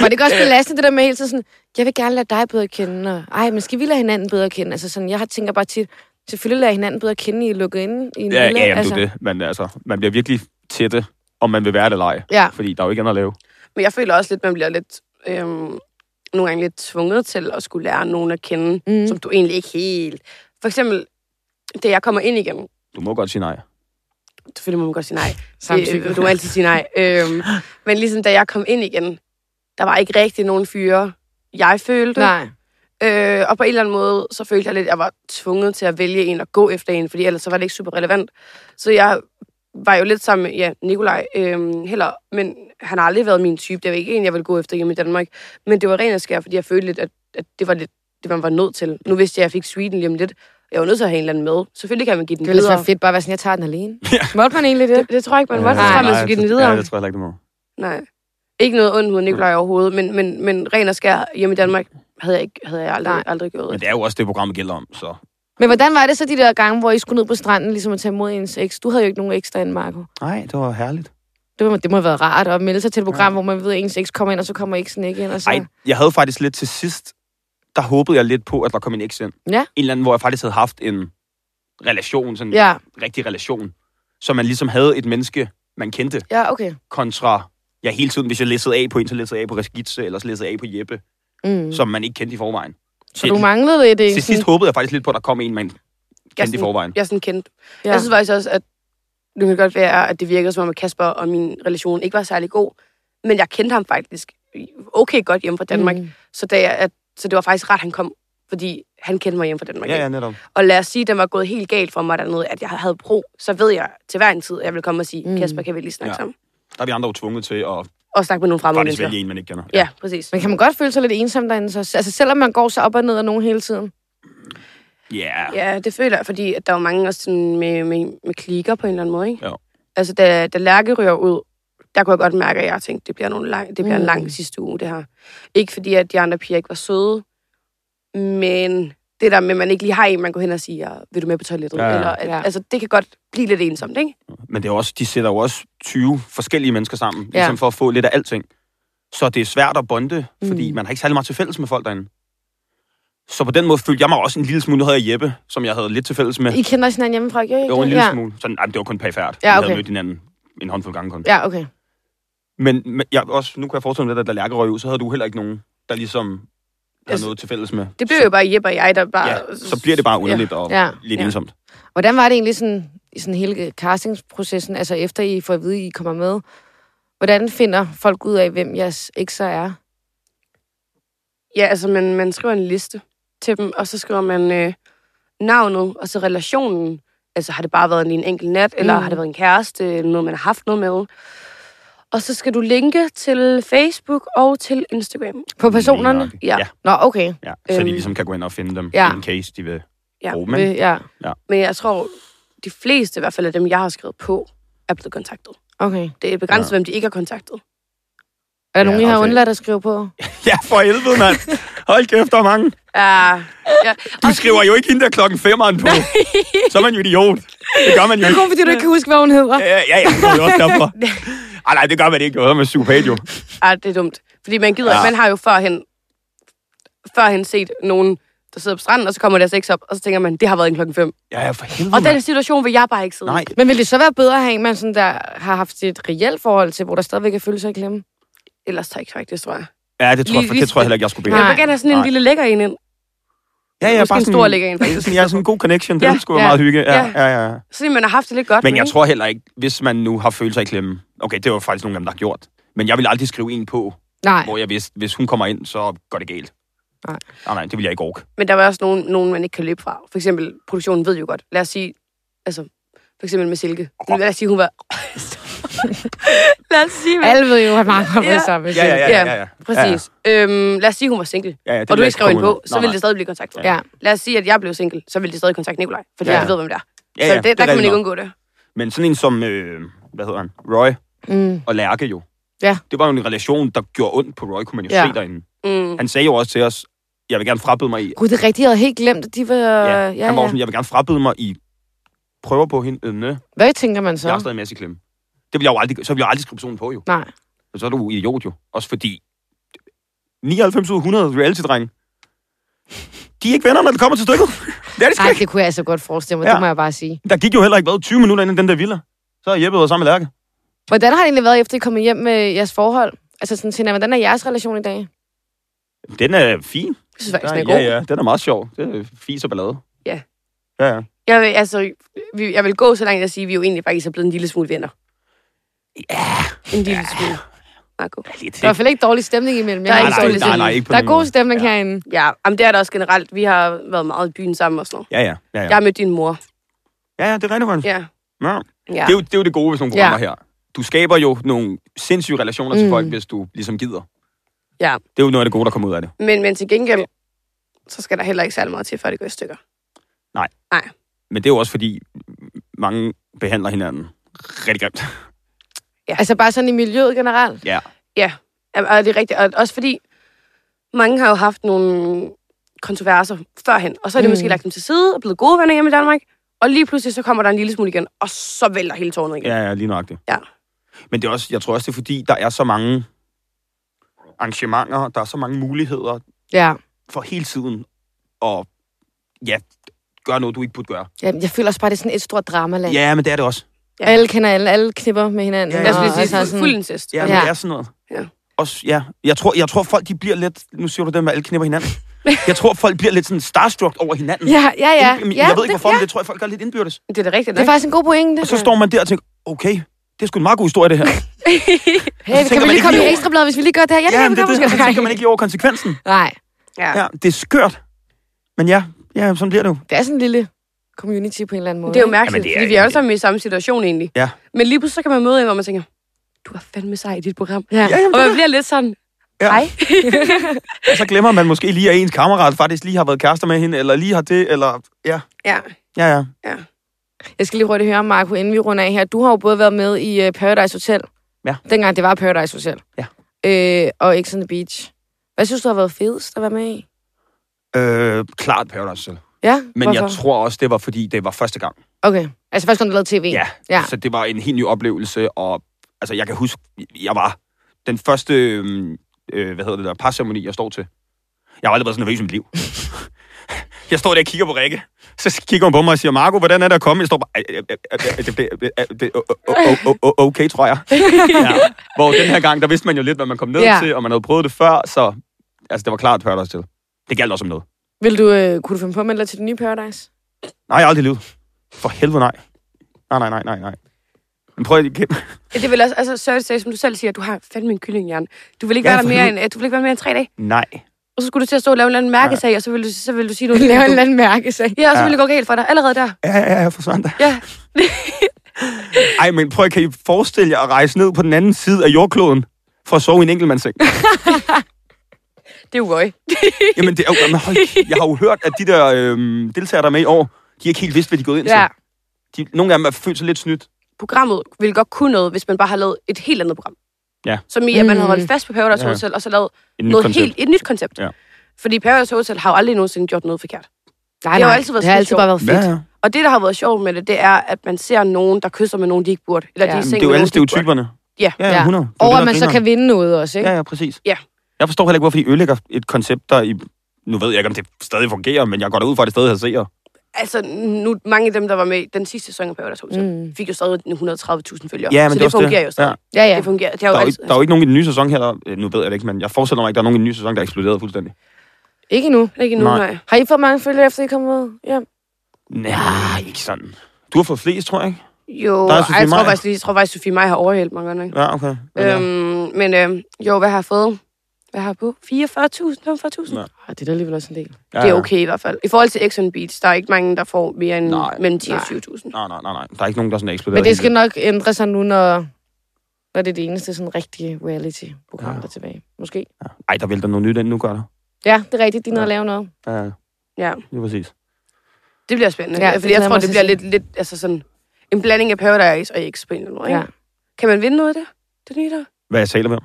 Speaker 1: Var det ikke
Speaker 4: Øh.
Speaker 1: også belastende, det der med hele tiden sådan, jeg vil gerne lade dig bedre kende, og ej, men skal vi lade hinanden bedre kende? Altså sådan, jeg har- tænker bare tit, selvfølgelig lader jeg hinanden bedre kende, I er lukket inde i en
Speaker 4: Ja,
Speaker 1: villa,
Speaker 4: ja, jamen,
Speaker 1: altså.
Speaker 4: det er jo det. Men altså, man bliver virkelig tætte, om man vil være det eller ej.
Speaker 1: Ja.
Speaker 4: Fordi der er jo ikke andet at lave.
Speaker 3: Men jeg føler også lidt, man bliver lidt, øhm, nogle gange lidt tvunget til at skulle lære nogen at kende, mm.
Speaker 1: Mm.
Speaker 3: som du egentlig ikke helt... For eksempel, da jeg kommer ind igen,
Speaker 4: Du må godt sige nej.
Speaker 3: selvfølgelig må man godt sige nej.
Speaker 1: Samtykke.
Speaker 3: Øh, Du må altid sige nej. Øhm, men ligesom da jeg kom ind igen, der var ikke rigtig nogen fyre, jeg følte.
Speaker 1: Nej.
Speaker 3: Øh, og på en eller anden måde, så følte jeg lidt, at jeg var tvunget til at vælge en og gå efter en, fordi ellers så var det ikke super relevant. Så jeg var jo lidt sammen med ja, Nikolaj øhm, heller, men han har aldrig været min type. Det var ikke en, jeg ville gå efter hjemme i Danmark. Men det var ren og skær, fordi jeg følte lidt, at, at det var lidt det, man var nødt til. Nu vidste jeg, at jeg fik Sweden lige om lidt. Jeg var nødt til at have en eller anden med. Selvfølgelig kan man give den
Speaker 1: Det ville altså
Speaker 3: videre.
Speaker 1: være fedt bare at være sådan, jeg tager den alene. Måtte man egentlig det?
Speaker 3: Det, det tror jeg ikke, man
Speaker 4: Øh,
Speaker 3: måtte. Jeg tror, man
Speaker 4: nej,
Speaker 3: skulle give den
Speaker 4: det-
Speaker 3: videre.
Speaker 4: Ja, det tror jeg heller ikke, du må.
Speaker 3: Nej. Ikke noget ondt mod
Speaker 4: Mm.
Speaker 3: Nikolaj overhovedet, men, men, men ren og skær hjemme i Danmark havde jeg, ikke, havde jeg aldrig,
Speaker 1: Nej.
Speaker 3: aldrig gjort.
Speaker 4: Men det er jo også det, programmet gælder om, så...
Speaker 1: Men hvordan var det så de der gange, hvor I skulle ned på stranden ligesom at tage imod ens eks? Du havde jo ikke nogen ekstra end Marco.
Speaker 4: Nej, det var herligt.
Speaker 1: Det må, det må have været rart at melde sig til et program, hvor man ved, at ens eks kommer ind, og så kommer eksen ikke ind. Og så...
Speaker 4: Nej, jeg havde faktisk lidt til sidst, der håbede jeg lidt på, at der kom en eks ind.
Speaker 1: Ja.
Speaker 4: En eller anden, hvor jeg faktisk havde haft en relation, sådan en
Speaker 1: Ja,
Speaker 4: rigtig relation. Så man ligesom havde et menneske, man kendte,
Speaker 1: ja, okay.
Speaker 4: kontra jeg hele tiden, hvis jeg læssede af på en, så læssede jeg af på Reskitse, eller så læssede jeg af på Jeppe,
Speaker 1: Mm. Så,
Speaker 4: som man ikke kendte i forvejen.
Speaker 1: så du manglede det, det
Speaker 4: Til sidst håbede jeg faktisk lidt på, at der kom en, man kendte i
Speaker 3: sådan-
Speaker 4: forvejen.
Speaker 3: Jeg er sådan kendt. Ja.
Speaker 1: Ja.
Speaker 3: Jeg synes faktisk også, at det kan godt være, at det virkede som om, at Kasper og min relation ikke var særlig god. Men jeg kendte ham faktisk okay godt hjemme fra Danmark. Mm.
Speaker 1: Mm.
Speaker 3: Så, da jeg, at, så det var faktisk ret, han kom, fordi han kendte mig hjemme fra Danmark.
Speaker 4: Ja,
Speaker 3: ikke?
Speaker 4: ja, netop.
Speaker 3: Og lad os sige, at den var gået helt galt for mig dernede, at jeg havde brug, så ved jeg til hver en tid, at jeg vil komme og sige, mm.
Speaker 1: Mm.
Speaker 3: Kasper, kan vi lige snakke ja.
Speaker 4: Ja.
Speaker 3: sammen?
Speaker 4: Der er vi andre jo tvunget til at
Speaker 3: Og snakke med nogle fremmede
Speaker 4: faktisk
Speaker 3: mennesker.
Speaker 4: vælge en, man ikke kender.
Speaker 3: Ja, præcis.
Speaker 1: Men kan man godt føle sig lidt ensom derinde? Så? Altså selvom man går så op og ned af nogen hele tiden.
Speaker 4: Ja.
Speaker 3: Ja, det føler jeg, fordi at der var mange også sådan med, med, med klikker på en eller anden måde, ikke?
Speaker 4: Jo.
Speaker 3: Altså, da, da Lærke ryger ud, der kunne jeg godt mærke, at jeg tænkte, det bliver, nogle lang, det bliver mm. en
Speaker 1: Mm.
Speaker 3: lang sidste uge, det her. Ikke fordi, at de andre piger ikke var søde, men det der med, at man ikke lige har en, man går hen og siger, vil du med på toilettet?
Speaker 4: Ja, ja.
Speaker 3: Eller, at,
Speaker 1: Ja.
Speaker 3: Altså, det kan godt blive lidt ensomt, ikke?
Speaker 4: Men det er også, de sætter jo også 20 forskellige mennesker sammen,
Speaker 1: Ja.
Speaker 4: ja. ligesom for at få lidt af alting. Så det er svært at bonde, fordi
Speaker 1: Mm.
Speaker 4: mm. man har ikke særlig meget til fælles med folk derinde. Så på den måde følte jeg mig også en lille smule. Nu havde jeg Jeppe, som jeg havde lidt til fælles med.
Speaker 1: I kender også hinanden hjemmefra, gjorde I ikke?
Speaker 4: Jo, en lille
Speaker 1: ja.
Speaker 4: ja. smule. Sådan, nej, det var kun pæfærd.
Speaker 1: Ja,
Speaker 4: Ja, okay. Vi
Speaker 1: okay.
Speaker 4: havde mødt hinanden en håndfuld gange kun. Ja.
Speaker 1: Ja, okay.
Speaker 4: Men, men jeg, også, nu kan jeg forestille mig, at da Lærke røg ud, så havde du heller ikke nogen, der ligesom havde
Speaker 3: Altså,
Speaker 4: noget til fælles med.
Speaker 3: Det blev
Speaker 4: så,
Speaker 3: jo bare Jeppe og jeg, der bare...
Speaker 4: Ja, så bliver det bare underligt ja. og
Speaker 1: Ja.
Speaker 4: ja. lidt
Speaker 1: Ja.
Speaker 4: ja. ensomt.
Speaker 1: Hvordan var det egentlig sådan, i sådan hele castingsprocessen, altså efter I får at vide, at I kommer med? Hvordan finder folk ud af, hvem jeres ekser er?
Speaker 3: Ja, altså, man, man skriver en liste til dem, og så skriver man øh, navnet, og så relationen. Altså, har det bare været lige en enkelt nat, eller
Speaker 1: Mm.
Speaker 3: har det været en kæreste, eller noget, man har haft noget med? Og så skal du linke til Facebook og til Instagram.
Speaker 1: På personerne?
Speaker 4: Lige nøjagtigt.
Speaker 3: Ja.
Speaker 4: Ja,
Speaker 1: Nå, okay.
Speaker 4: ja. Så
Speaker 3: Øhm.
Speaker 4: de ligesom kan gå ind og finde dem,
Speaker 1: Ja.
Speaker 4: ja. in case de vil
Speaker 3: Ja,
Speaker 4: bruge dem. ikke?
Speaker 1: Men, ja,
Speaker 3: Men jeg tror, de fleste i hvert fald af dem, jeg har skrevet på, er blevet kontaktet.
Speaker 1: okay.
Speaker 3: Det er begrænset,
Speaker 4: Ja.
Speaker 3: ja. hvem de ikke har kontaktet.
Speaker 1: Er der ja, nogen, I har
Speaker 4: okay.
Speaker 1: undladt at skrive på?
Speaker 4: Ja, for helvede, mand. Hold kæft, der er mange.
Speaker 3: Ja, ja.
Speaker 4: Du skriver jo ikke hende der klokken femmeren på. Så er man jo idiot. Det gør man jo ikke.
Speaker 1: Kun fordi du ikke kan huske, hvad hun hedder.
Speaker 4: Ja, ja, ja, det er jo også derfor. Ej, nej, det gør man ikke. Det er jo med psykopat, jo.
Speaker 3: Ej, det er dumt. Fordi man gider ja.
Speaker 4: Ja.
Speaker 3: man har jo førhen, førhen set nogen, der sidder på stranden, og så kommer deres eks op, og så tænker man, det har været en klokken fem.
Speaker 4: Ja, ja, for helvede,
Speaker 3: Og den
Speaker 4: mand.
Speaker 3: situation vil jeg bare ikke sidde i.
Speaker 4: Nej,
Speaker 1: Men vil det så være bedre at have en mand, sådan, der har haft et reelt forhold til, hvor der stadigvæk er følelser i klemme?
Speaker 3: Ellers tager jeg ikke faktisk, tror jeg.
Speaker 4: ja, det tror jeg,
Speaker 3: Lige-
Speaker 4: for det tror jeg heller ikke, jeg skulle bede.
Speaker 3: Jeg
Speaker 1: Nej.
Speaker 3: vil gerne have sådan en
Speaker 4: Nej.
Speaker 3: lille lækker en ind.
Speaker 4: Ja, ja,
Speaker 3: Måske en stor ligger en, faktisk.
Speaker 4: sådan, ja, sådan en god connection. Det
Speaker 3: Ja,
Speaker 4: ja, skulle være
Speaker 1: ja,
Speaker 4: meget hygge. Ja,
Speaker 3: ja.
Speaker 4: ja, ja.
Speaker 3: Sådan, man har haft det lidt godt.
Speaker 4: Men
Speaker 3: med,
Speaker 4: jeg
Speaker 3: ikke?
Speaker 4: tror heller ikke, hvis man nu har følelser i klemme. Okay, det var faktisk nogle af dem, der har gjort. Men jeg vil aldrig skrive en på,
Speaker 1: Nej.
Speaker 4: hvor jeg vidste, hvis hun kommer ind, så går det galt. Ah,
Speaker 1: Nej.
Speaker 4: Nej, nej, det vil jeg ikke orke.
Speaker 3: Men der var også nogen, nogen, man ikke kan løbe fra. For eksempel, produktionen ved jo godt. Lad os sige, altså, for eksempel med Silke. Lad os sige, hun var... Lad os sige, hvad...
Speaker 1: Alle ved jo, at mange har været
Speaker 3: Ja.
Speaker 1: sammen. med
Speaker 4: Ja, ja,
Speaker 1: Silke.
Speaker 4: ja, ja. ja, ja.
Speaker 3: Præcis. Ja. Øhm, lad os sige, hun var single.
Speaker 4: Ja, ja, det
Speaker 3: og du
Speaker 4: vil jeg
Speaker 3: ikke skrev hende
Speaker 4: komme ud
Speaker 3: på,
Speaker 4: med.
Speaker 3: så
Speaker 4: Nej,
Speaker 3: ville
Speaker 4: nej.
Speaker 3: det stadig blive kontaktet.
Speaker 1: Ja.
Speaker 3: Lad os sige, at jeg blev single, så ville det stadig kontakte Nikolaj, fordi
Speaker 4: Ja.
Speaker 3: jeg ved, hvem det er.
Speaker 4: Ja,
Speaker 3: så
Speaker 4: ja,
Speaker 3: det,
Speaker 4: det
Speaker 3: der
Speaker 4: er
Speaker 3: kan man
Speaker 4: rigtigt
Speaker 3: ikke
Speaker 4: nok.
Speaker 3: undgå det.
Speaker 4: Men sådan en som, øh, hvad hedder han, Roy
Speaker 1: Mm.
Speaker 4: og Lærke jo.
Speaker 1: Ja.
Speaker 4: Det var jo en relation, der gjorde ondt på Roy, kunne man jo
Speaker 1: Ja.
Speaker 4: ja. se derinde.
Speaker 3: Mm.
Speaker 4: Han sagde jo også til os, jeg vil gerne frabede mig i...
Speaker 1: Gud, det er rigtigt. Jeg havde helt glemt, at de var...
Speaker 4: Ja,
Speaker 1: Øh, Ja, ja,
Speaker 4: han var også
Speaker 1: ja.
Speaker 4: sådan, jeg vil gerne frabede mig i prøver på hende. Øh,
Speaker 1: Hvad tænker man så?
Speaker 4: jeg har stadig en masse i klemme. Det vil jeg jo aldrig, så vil jeg aldrig skrive personen på, jo.
Speaker 1: Nej.
Speaker 4: Og så er du idiot, jo. Også fordi 99 ud af 100 reality-drenge, de er ikke venner, når det kommer til stykket. Det er det sgu
Speaker 1: Nej,
Speaker 4: ikke.
Speaker 1: det kunne jeg altså godt forestille mig. Ja.
Speaker 4: Ja.
Speaker 1: Det må jeg bare sige.
Speaker 4: Der gik jo heller ikke været 20 minutter inden den der villa. Så er Jeppe været sammen med Lærke.
Speaker 1: Hvordan har det egentlig været, efter I er kommet hjem med jeres forhold? Altså sådan til, hinanden, hvordan er jeres relation i dag?
Speaker 4: Den er fin.
Speaker 3: Jeg synes faktisk,
Speaker 4: Der,
Speaker 3: den er
Speaker 4: ja,
Speaker 3: god.
Speaker 4: ja, den er meget sjov. Det er fis og ballade.
Speaker 3: Ja.
Speaker 4: Ja, ja.
Speaker 3: Jeg, vil, altså, vi, jeg vil gå så langt at sige, at vi jo egentlig faktisk er blevet en lille smule venner. Ja. En lille smule. Meget god.
Speaker 4: Lidt,
Speaker 1: Der er i hvert fald ikke dårlig stemning imellem. Jeg
Speaker 3: Der er
Speaker 1: har
Speaker 3: ikke
Speaker 1: forstået
Speaker 3: dårlig
Speaker 1: det
Speaker 3: stemning.
Speaker 1: sådan.
Speaker 4: Nej, nej, ikke på
Speaker 1: Der er
Speaker 4: nogen
Speaker 1: god
Speaker 4: måde.
Speaker 1: stemning
Speaker 4: Ja.
Speaker 1: herinde.
Speaker 3: Ja, jamen, det er der også generelt. Vi har været meget i byen sammen og sådan noget.
Speaker 4: Ja, ja. Ja,
Speaker 3: Jeg
Speaker 4: ja.
Speaker 3: har mødt din mor.
Speaker 4: ja, ja det er rigtig godt.
Speaker 3: Ja.
Speaker 4: Ja.
Speaker 3: ja.
Speaker 4: Det, er jo, det er jo det gode ved sådan nogle
Speaker 1: Ja.
Speaker 4: programmer her. Du skaber jo nogle sindssyge relationer
Speaker 1: Mm.
Speaker 4: til folk, hvis du ligesom gider.
Speaker 3: Ja.
Speaker 4: Det er jo noget af det gode, der kommer ud af det.
Speaker 3: Men, men til gengæld, så skal der heller ikke særlig meget til, før det går i stykker.
Speaker 4: Men det er jo også fordi, mange behandler hinanden rigtig grimt.
Speaker 1: Altså bare sådan i miljøet generelt.
Speaker 4: Ja.
Speaker 3: Ja, Og det er rigtigt. Og også fordi, mange har jo haft nogle kontroverser førhen, og så er det
Speaker 1: Mm.
Speaker 3: mm. måske lagt dem til side og blevet gode venner hjemme i Danmark, og lige pludselig så kommer der en lille smule igen, og så vælter hele tårnet igen.
Speaker 4: Ja, ja, lige nøjagtigt.
Speaker 3: Ja.
Speaker 4: Men det er også, jeg tror også, det er fordi, der er så mange arrangementer, der er så mange muligheder
Speaker 1: Ja.
Speaker 4: for hele tiden at ja, gøre noget, du ikke burde gøre.
Speaker 1: Jamen, jeg føler også bare, det er sådan et stort dramaland.
Speaker 4: Ja, men det er det også.
Speaker 3: Ja.
Speaker 1: Alle kender alle, alle knipper med hinanden.
Speaker 4: Ja,
Speaker 3: Jeg skulle
Speaker 1: og-
Speaker 3: lige sige,
Speaker 1: altså sådan-
Speaker 3: fu- fuld incest.
Speaker 4: Ja, men
Speaker 1: Ja.
Speaker 4: det er sådan noget.
Speaker 3: Ja.
Speaker 4: Også, ja. Jeg, tror, jeg tror, folk de bliver lidt... Nu siger du det med, at alle knipper hinanden. Jeg tror, folk bliver lidt sådan starstruck over hinanden.
Speaker 1: Ja, ja, ja.
Speaker 4: Ind-
Speaker 1: ja
Speaker 4: jeg ved ikke, hvorfor,
Speaker 1: det,
Speaker 4: men
Speaker 1: ja.
Speaker 4: det tror jeg, folk gør lidt indbyrdes.
Speaker 3: Det er da rigtigt,
Speaker 1: det er
Speaker 3: ikke?
Speaker 1: faktisk en god pointe.
Speaker 4: Og så står man der og tænker, okay, det er sgu en meget god historie, det her.
Speaker 1: hey, kan
Speaker 4: tænker
Speaker 1: vi
Speaker 4: man
Speaker 1: lige
Speaker 4: ikke
Speaker 1: komme i
Speaker 4: lige over-
Speaker 1: ekstrabladet, hvis vi lige gør det her? Ja, det
Speaker 4: Ja,
Speaker 1: kan
Speaker 4: men
Speaker 1: vi
Speaker 4: det, er
Speaker 1: godt
Speaker 4: det,
Speaker 1: måske.
Speaker 4: så tænker man ikke lige over konsekvensen.
Speaker 1: Nej,
Speaker 3: Ja.
Speaker 4: Ja, det er skørt. Men ja, ja sådan bliver det jo.
Speaker 1: det er sådan en lille community på en eller anden måde.
Speaker 3: Det er jo
Speaker 1: ikke?
Speaker 3: mærkeligt,
Speaker 4: Jamen,
Speaker 3: ja,
Speaker 4: det er-
Speaker 3: fordi vi er alle sammen i samme situation egentlig.
Speaker 4: Ja.
Speaker 3: Men lige pludselig så kan man møde en, hvor man tænker, du er fandme sej i dit program.
Speaker 1: Ja.
Speaker 4: Ja, jamen,
Speaker 3: Og
Speaker 4: det
Speaker 3: man bliver lidt sådan,
Speaker 4: Ja.
Speaker 3: hej.
Speaker 4: Og så glemmer man måske lige, at ens kammerat faktisk lige har været kærester med hende, eller lige har det, eller... Ja,
Speaker 3: ja.
Speaker 4: ja, ja.
Speaker 1: Jeg skal lige hurtigt høre, Marco, inden vi runder af her. Du har jo både været med i øh, Paradise Hotel.
Speaker 4: Ja.
Speaker 1: Dengang det var Paradise Hotel.
Speaker 4: Ja.
Speaker 1: Øh, og Ex on the Beach. Hvad synes du har været fedest at være med i?
Speaker 4: Øh, klart Paradise Hotel.
Speaker 1: Ja,
Speaker 4: Men
Speaker 1: hvorfor?
Speaker 4: jeg tror også, det var fordi, det var første gang.
Speaker 1: Okay, altså først, når du lavede tv.
Speaker 4: Ja.
Speaker 1: Ja.
Speaker 4: ja. Så det var en helt ny oplevelse, og altså, jeg kan huske, jeg var den første, øhm, øh, hvad hedder det der, parceremoni, jeg står til. Jeg har aldrig været så nervøs i mit liv. jeg står der og kigger på Rikke. Så kigger hun på mig og siger, Marco, hvordan er det at komme? Jeg står bare, "Øh, øh, øh, øh, det- det- øh, øh, det- øh, øh, øh, øh, okay, tror jeg. Ja. Hvor den her gang, der vidste man jo lidt, hvad man kom ned
Speaker 1: Ja.
Speaker 4: til, og man havde prøvet det før, så altså, det var klart, at også til. Det galt også om noget.
Speaker 1: Vil du, øh, kunne du finde på at melde dig til den nye Paradise?
Speaker 4: Nej, jeg har aldrig i livet. For helvede nej. Nej, nej, nej, nej, nej. Men prøv igen.
Speaker 3: Det vil også, altså, sorry, sorry, som du selv siger, du har fandme en kyllinghjerne. Du vil ikke,
Speaker 4: Ja,
Speaker 3: være der
Speaker 4: for
Speaker 3: mere end,
Speaker 4: helvede.
Speaker 3: du vil ikke være mere end tre dage.
Speaker 4: Nej.
Speaker 3: Og så skulle du til at stå og lave en eller anden mærkesag, og så vil du, så vil du sige, du
Speaker 1: Du laver en eller anden mærkesag.
Speaker 3: Ja, og så
Speaker 4: Ja.
Speaker 3: vil det gå galt for dig. Allerede der.
Speaker 4: Ja, ja, ja, for sådan da.
Speaker 3: Ja.
Speaker 4: Ej, men prøv, kan I forestille jer at rejse ned på den anden side af jordkloden for at sove i en enkeltmandsseng?
Speaker 3: Det er uøj.
Speaker 4: Jamen, det er, jo- jamen hold, kæ- jeg har jo hørt, at de der øhm, deltagere, der er med i år, de har ikke helt vidst, hvad de er gået ind til.
Speaker 1: Ja.
Speaker 4: De, nogle af dem er følt sig lidt snydt.
Speaker 3: Programmet ville godt kunne noget, hvis man bare har lavet et helt andet program.
Speaker 4: Ja.
Speaker 3: Som i, at man har
Speaker 1: Mm.
Speaker 3: holdt fast på Paradise
Speaker 4: Ja.
Speaker 3: Hotel, og så lavet
Speaker 4: Et nyt
Speaker 3: noget
Speaker 4: koncept.
Speaker 3: helt, et nyt koncept.
Speaker 4: Ja.
Speaker 3: Fordi Paradise Hotel har jo aldrig nogensinde gjort noget forkert.
Speaker 1: Nej,
Speaker 3: Det har jo altid været
Speaker 1: det har
Speaker 3: skide
Speaker 1: altid
Speaker 3: sjovt.
Speaker 1: bare været fedt.
Speaker 4: Ja, ja.
Speaker 3: Og det, der har været sjovt med det, det er, at man ser nogen, der kysser med nogen, de ikke burde. Eller
Speaker 1: Ja.
Speaker 3: ja.
Speaker 1: Jamen,
Speaker 3: de er i
Speaker 4: Jamen,
Speaker 3: seng
Speaker 4: det er jo
Speaker 3: med
Speaker 4: alle
Speaker 3: nogen, de ikke burde.
Speaker 4: stereotyperne.
Speaker 3: Ja.
Speaker 4: Ja, ja. 100. Det er
Speaker 1: Og
Speaker 4: jo det,
Speaker 1: at
Speaker 4: der
Speaker 1: man så
Speaker 4: griner.
Speaker 1: kan vinde noget også, ikke?
Speaker 4: Ja, ja, præcis.
Speaker 3: Ja.
Speaker 4: Jeg forstår heller ikke, hvorfor de ødelægger et koncept, der i... Nu ved jeg ikke, om det stadig fungerer, men jeg går da ud fra, at det stadig har seere.
Speaker 3: Altså, nu, mange af dem, der var med i den sidste sæson af Paradise Hotel,
Speaker 1: Mm.
Speaker 3: mm. fik jo stadig 130.000 følgere.
Speaker 4: Ja, men
Speaker 3: så
Speaker 4: det
Speaker 3: det,
Speaker 4: er også det.
Speaker 3: fungerer jo stadig.
Speaker 1: Ja, ja.
Speaker 3: Det fungerer. Det har jo altså-
Speaker 4: Der er, jo,
Speaker 3: altid,
Speaker 4: ikke- der er jo ikke nogen i den nye sæson her, der, øh, nu ved jeg det ikke, men jeg forestiller mig ikke, der er nogen i den nye sæson, der er eksploderet fuldstændig.
Speaker 1: Ikke nu.
Speaker 3: ikke nu, nej.
Speaker 4: Nej.
Speaker 3: nej.
Speaker 1: Har I fået mange følgere, efter I kom ud? Ja.
Speaker 4: Nej, ikke sådan. Du har fået flest, tror jeg, ikke?
Speaker 3: Jo,
Speaker 4: Der er
Speaker 3: ej,
Speaker 4: Sofie
Speaker 3: jeg tror
Speaker 4: Maj.
Speaker 3: faktisk, lige- jeg tror faktisk, Sofie Maj har overhældt mig godt nok.
Speaker 4: Ja, okay. Ja.
Speaker 3: Øhm, men øhm, jo, hvad har jeg fået? Hvad har jeg på? 44.000? 45.000?
Speaker 4: Nå.
Speaker 3: Det
Speaker 1: Ah, det er da alligevel også en del.
Speaker 4: ja,
Speaker 3: er
Speaker 4: ja.
Speaker 3: okay i hvert fald. I forhold til X on Beach, der er ikke mange, der får mere end
Speaker 4: Nej.
Speaker 3: mellem 10 og
Speaker 1: Nej.
Speaker 3: 20.000.
Speaker 4: Nej, nej, nej, nej. Der er ikke nogen, der sådan er eksploderet.
Speaker 1: Men det skal
Speaker 4: helt
Speaker 1: nok ændre sig nu, når, når det er det eneste sådan rigtige reality-program,
Speaker 4: Ja.
Speaker 1: der er tilbage. Måske.
Speaker 4: vildt. Ej, der vælter noget nyt ind nu, gør der.
Speaker 1: Ja, det er rigtigt. De er nede
Speaker 4: Ja.
Speaker 1: at lave noget.
Speaker 4: Ja, Ja,
Speaker 3: Ja,
Speaker 4: lige præcis.
Speaker 3: det bliver spændende.
Speaker 1: Ja,
Speaker 3: Ja,
Speaker 1: det
Speaker 3: fordi jeg
Speaker 1: glæder
Speaker 3: tror,
Speaker 1: mig
Speaker 3: det
Speaker 1: til
Speaker 3: bliver
Speaker 1: at se.
Speaker 3: lidt, lidt altså sådan, en blanding af Paradise og X på en eller anden måde.
Speaker 1: Ja.
Speaker 3: Ja. Kan man vinde noget af det? Det nye, der?
Speaker 4: Hvad jeg taler med om?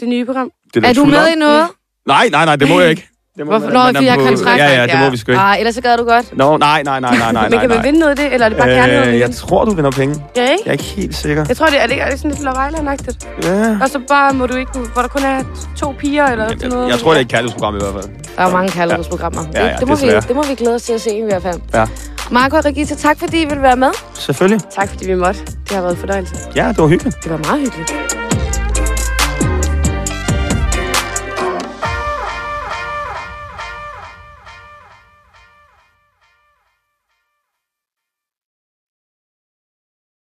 Speaker 3: Det nye program?
Speaker 4: Det
Speaker 1: Er
Speaker 4: ikke
Speaker 1: du
Speaker 4: tvivl
Speaker 1: med
Speaker 4: om.
Speaker 1: i noget?
Speaker 4: Nej, nej, nej, det må jeg ikke. Det må
Speaker 1: Hvorfor?
Speaker 4: man-
Speaker 1: Nå,
Speaker 4: man er
Speaker 1: fordi jeg har
Speaker 4: på-
Speaker 1: kontrakt.
Speaker 4: Ja, ja, det
Speaker 3: Ja.
Speaker 4: må vi sgu ikke.
Speaker 1: Ah, ellers så gad du godt.
Speaker 4: Nå, nej, nej, nej, nej, nej,
Speaker 3: Men
Speaker 4: nej.
Speaker 3: kan man
Speaker 4: nej.
Speaker 3: vinde noget af det, eller er det bare kærlighed?
Speaker 4: Øh,
Speaker 3: Øh,
Speaker 4: jeg tror, du vinder penge.
Speaker 3: Ja, ikke?
Speaker 4: Jeg er ikke helt sikker.
Speaker 3: Jeg tror, det er, er det, ikke- er det sådan lidt Lorelei-agtigt.
Speaker 4: Ja.
Speaker 3: Og så bare må du ikke, hvor der kun er to piger eller sådan noget.
Speaker 4: Jeg tror, det er et kærlighedsprogram i hvert fald.
Speaker 1: Der er jo mange kærlighedsprogrammer.
Speaker 4: Ja, ja,
Speaker 1: det, det, må vi,
Speaker 4: desværre.
Speaker 1: det må vi glæde os til at se i hvert fald.
Speaker 4: Ja.
Speaker 1: Marco og Regita, tak fordi I ville være med.
Speaker 4: Selvfølgelig.
Speaker 3: Tak fordi vi måtte. Det har været en fornøjelse.
Speaker 4: Ja, det var hyggeligt.
Speaker 1: Det var meget hyggeligt.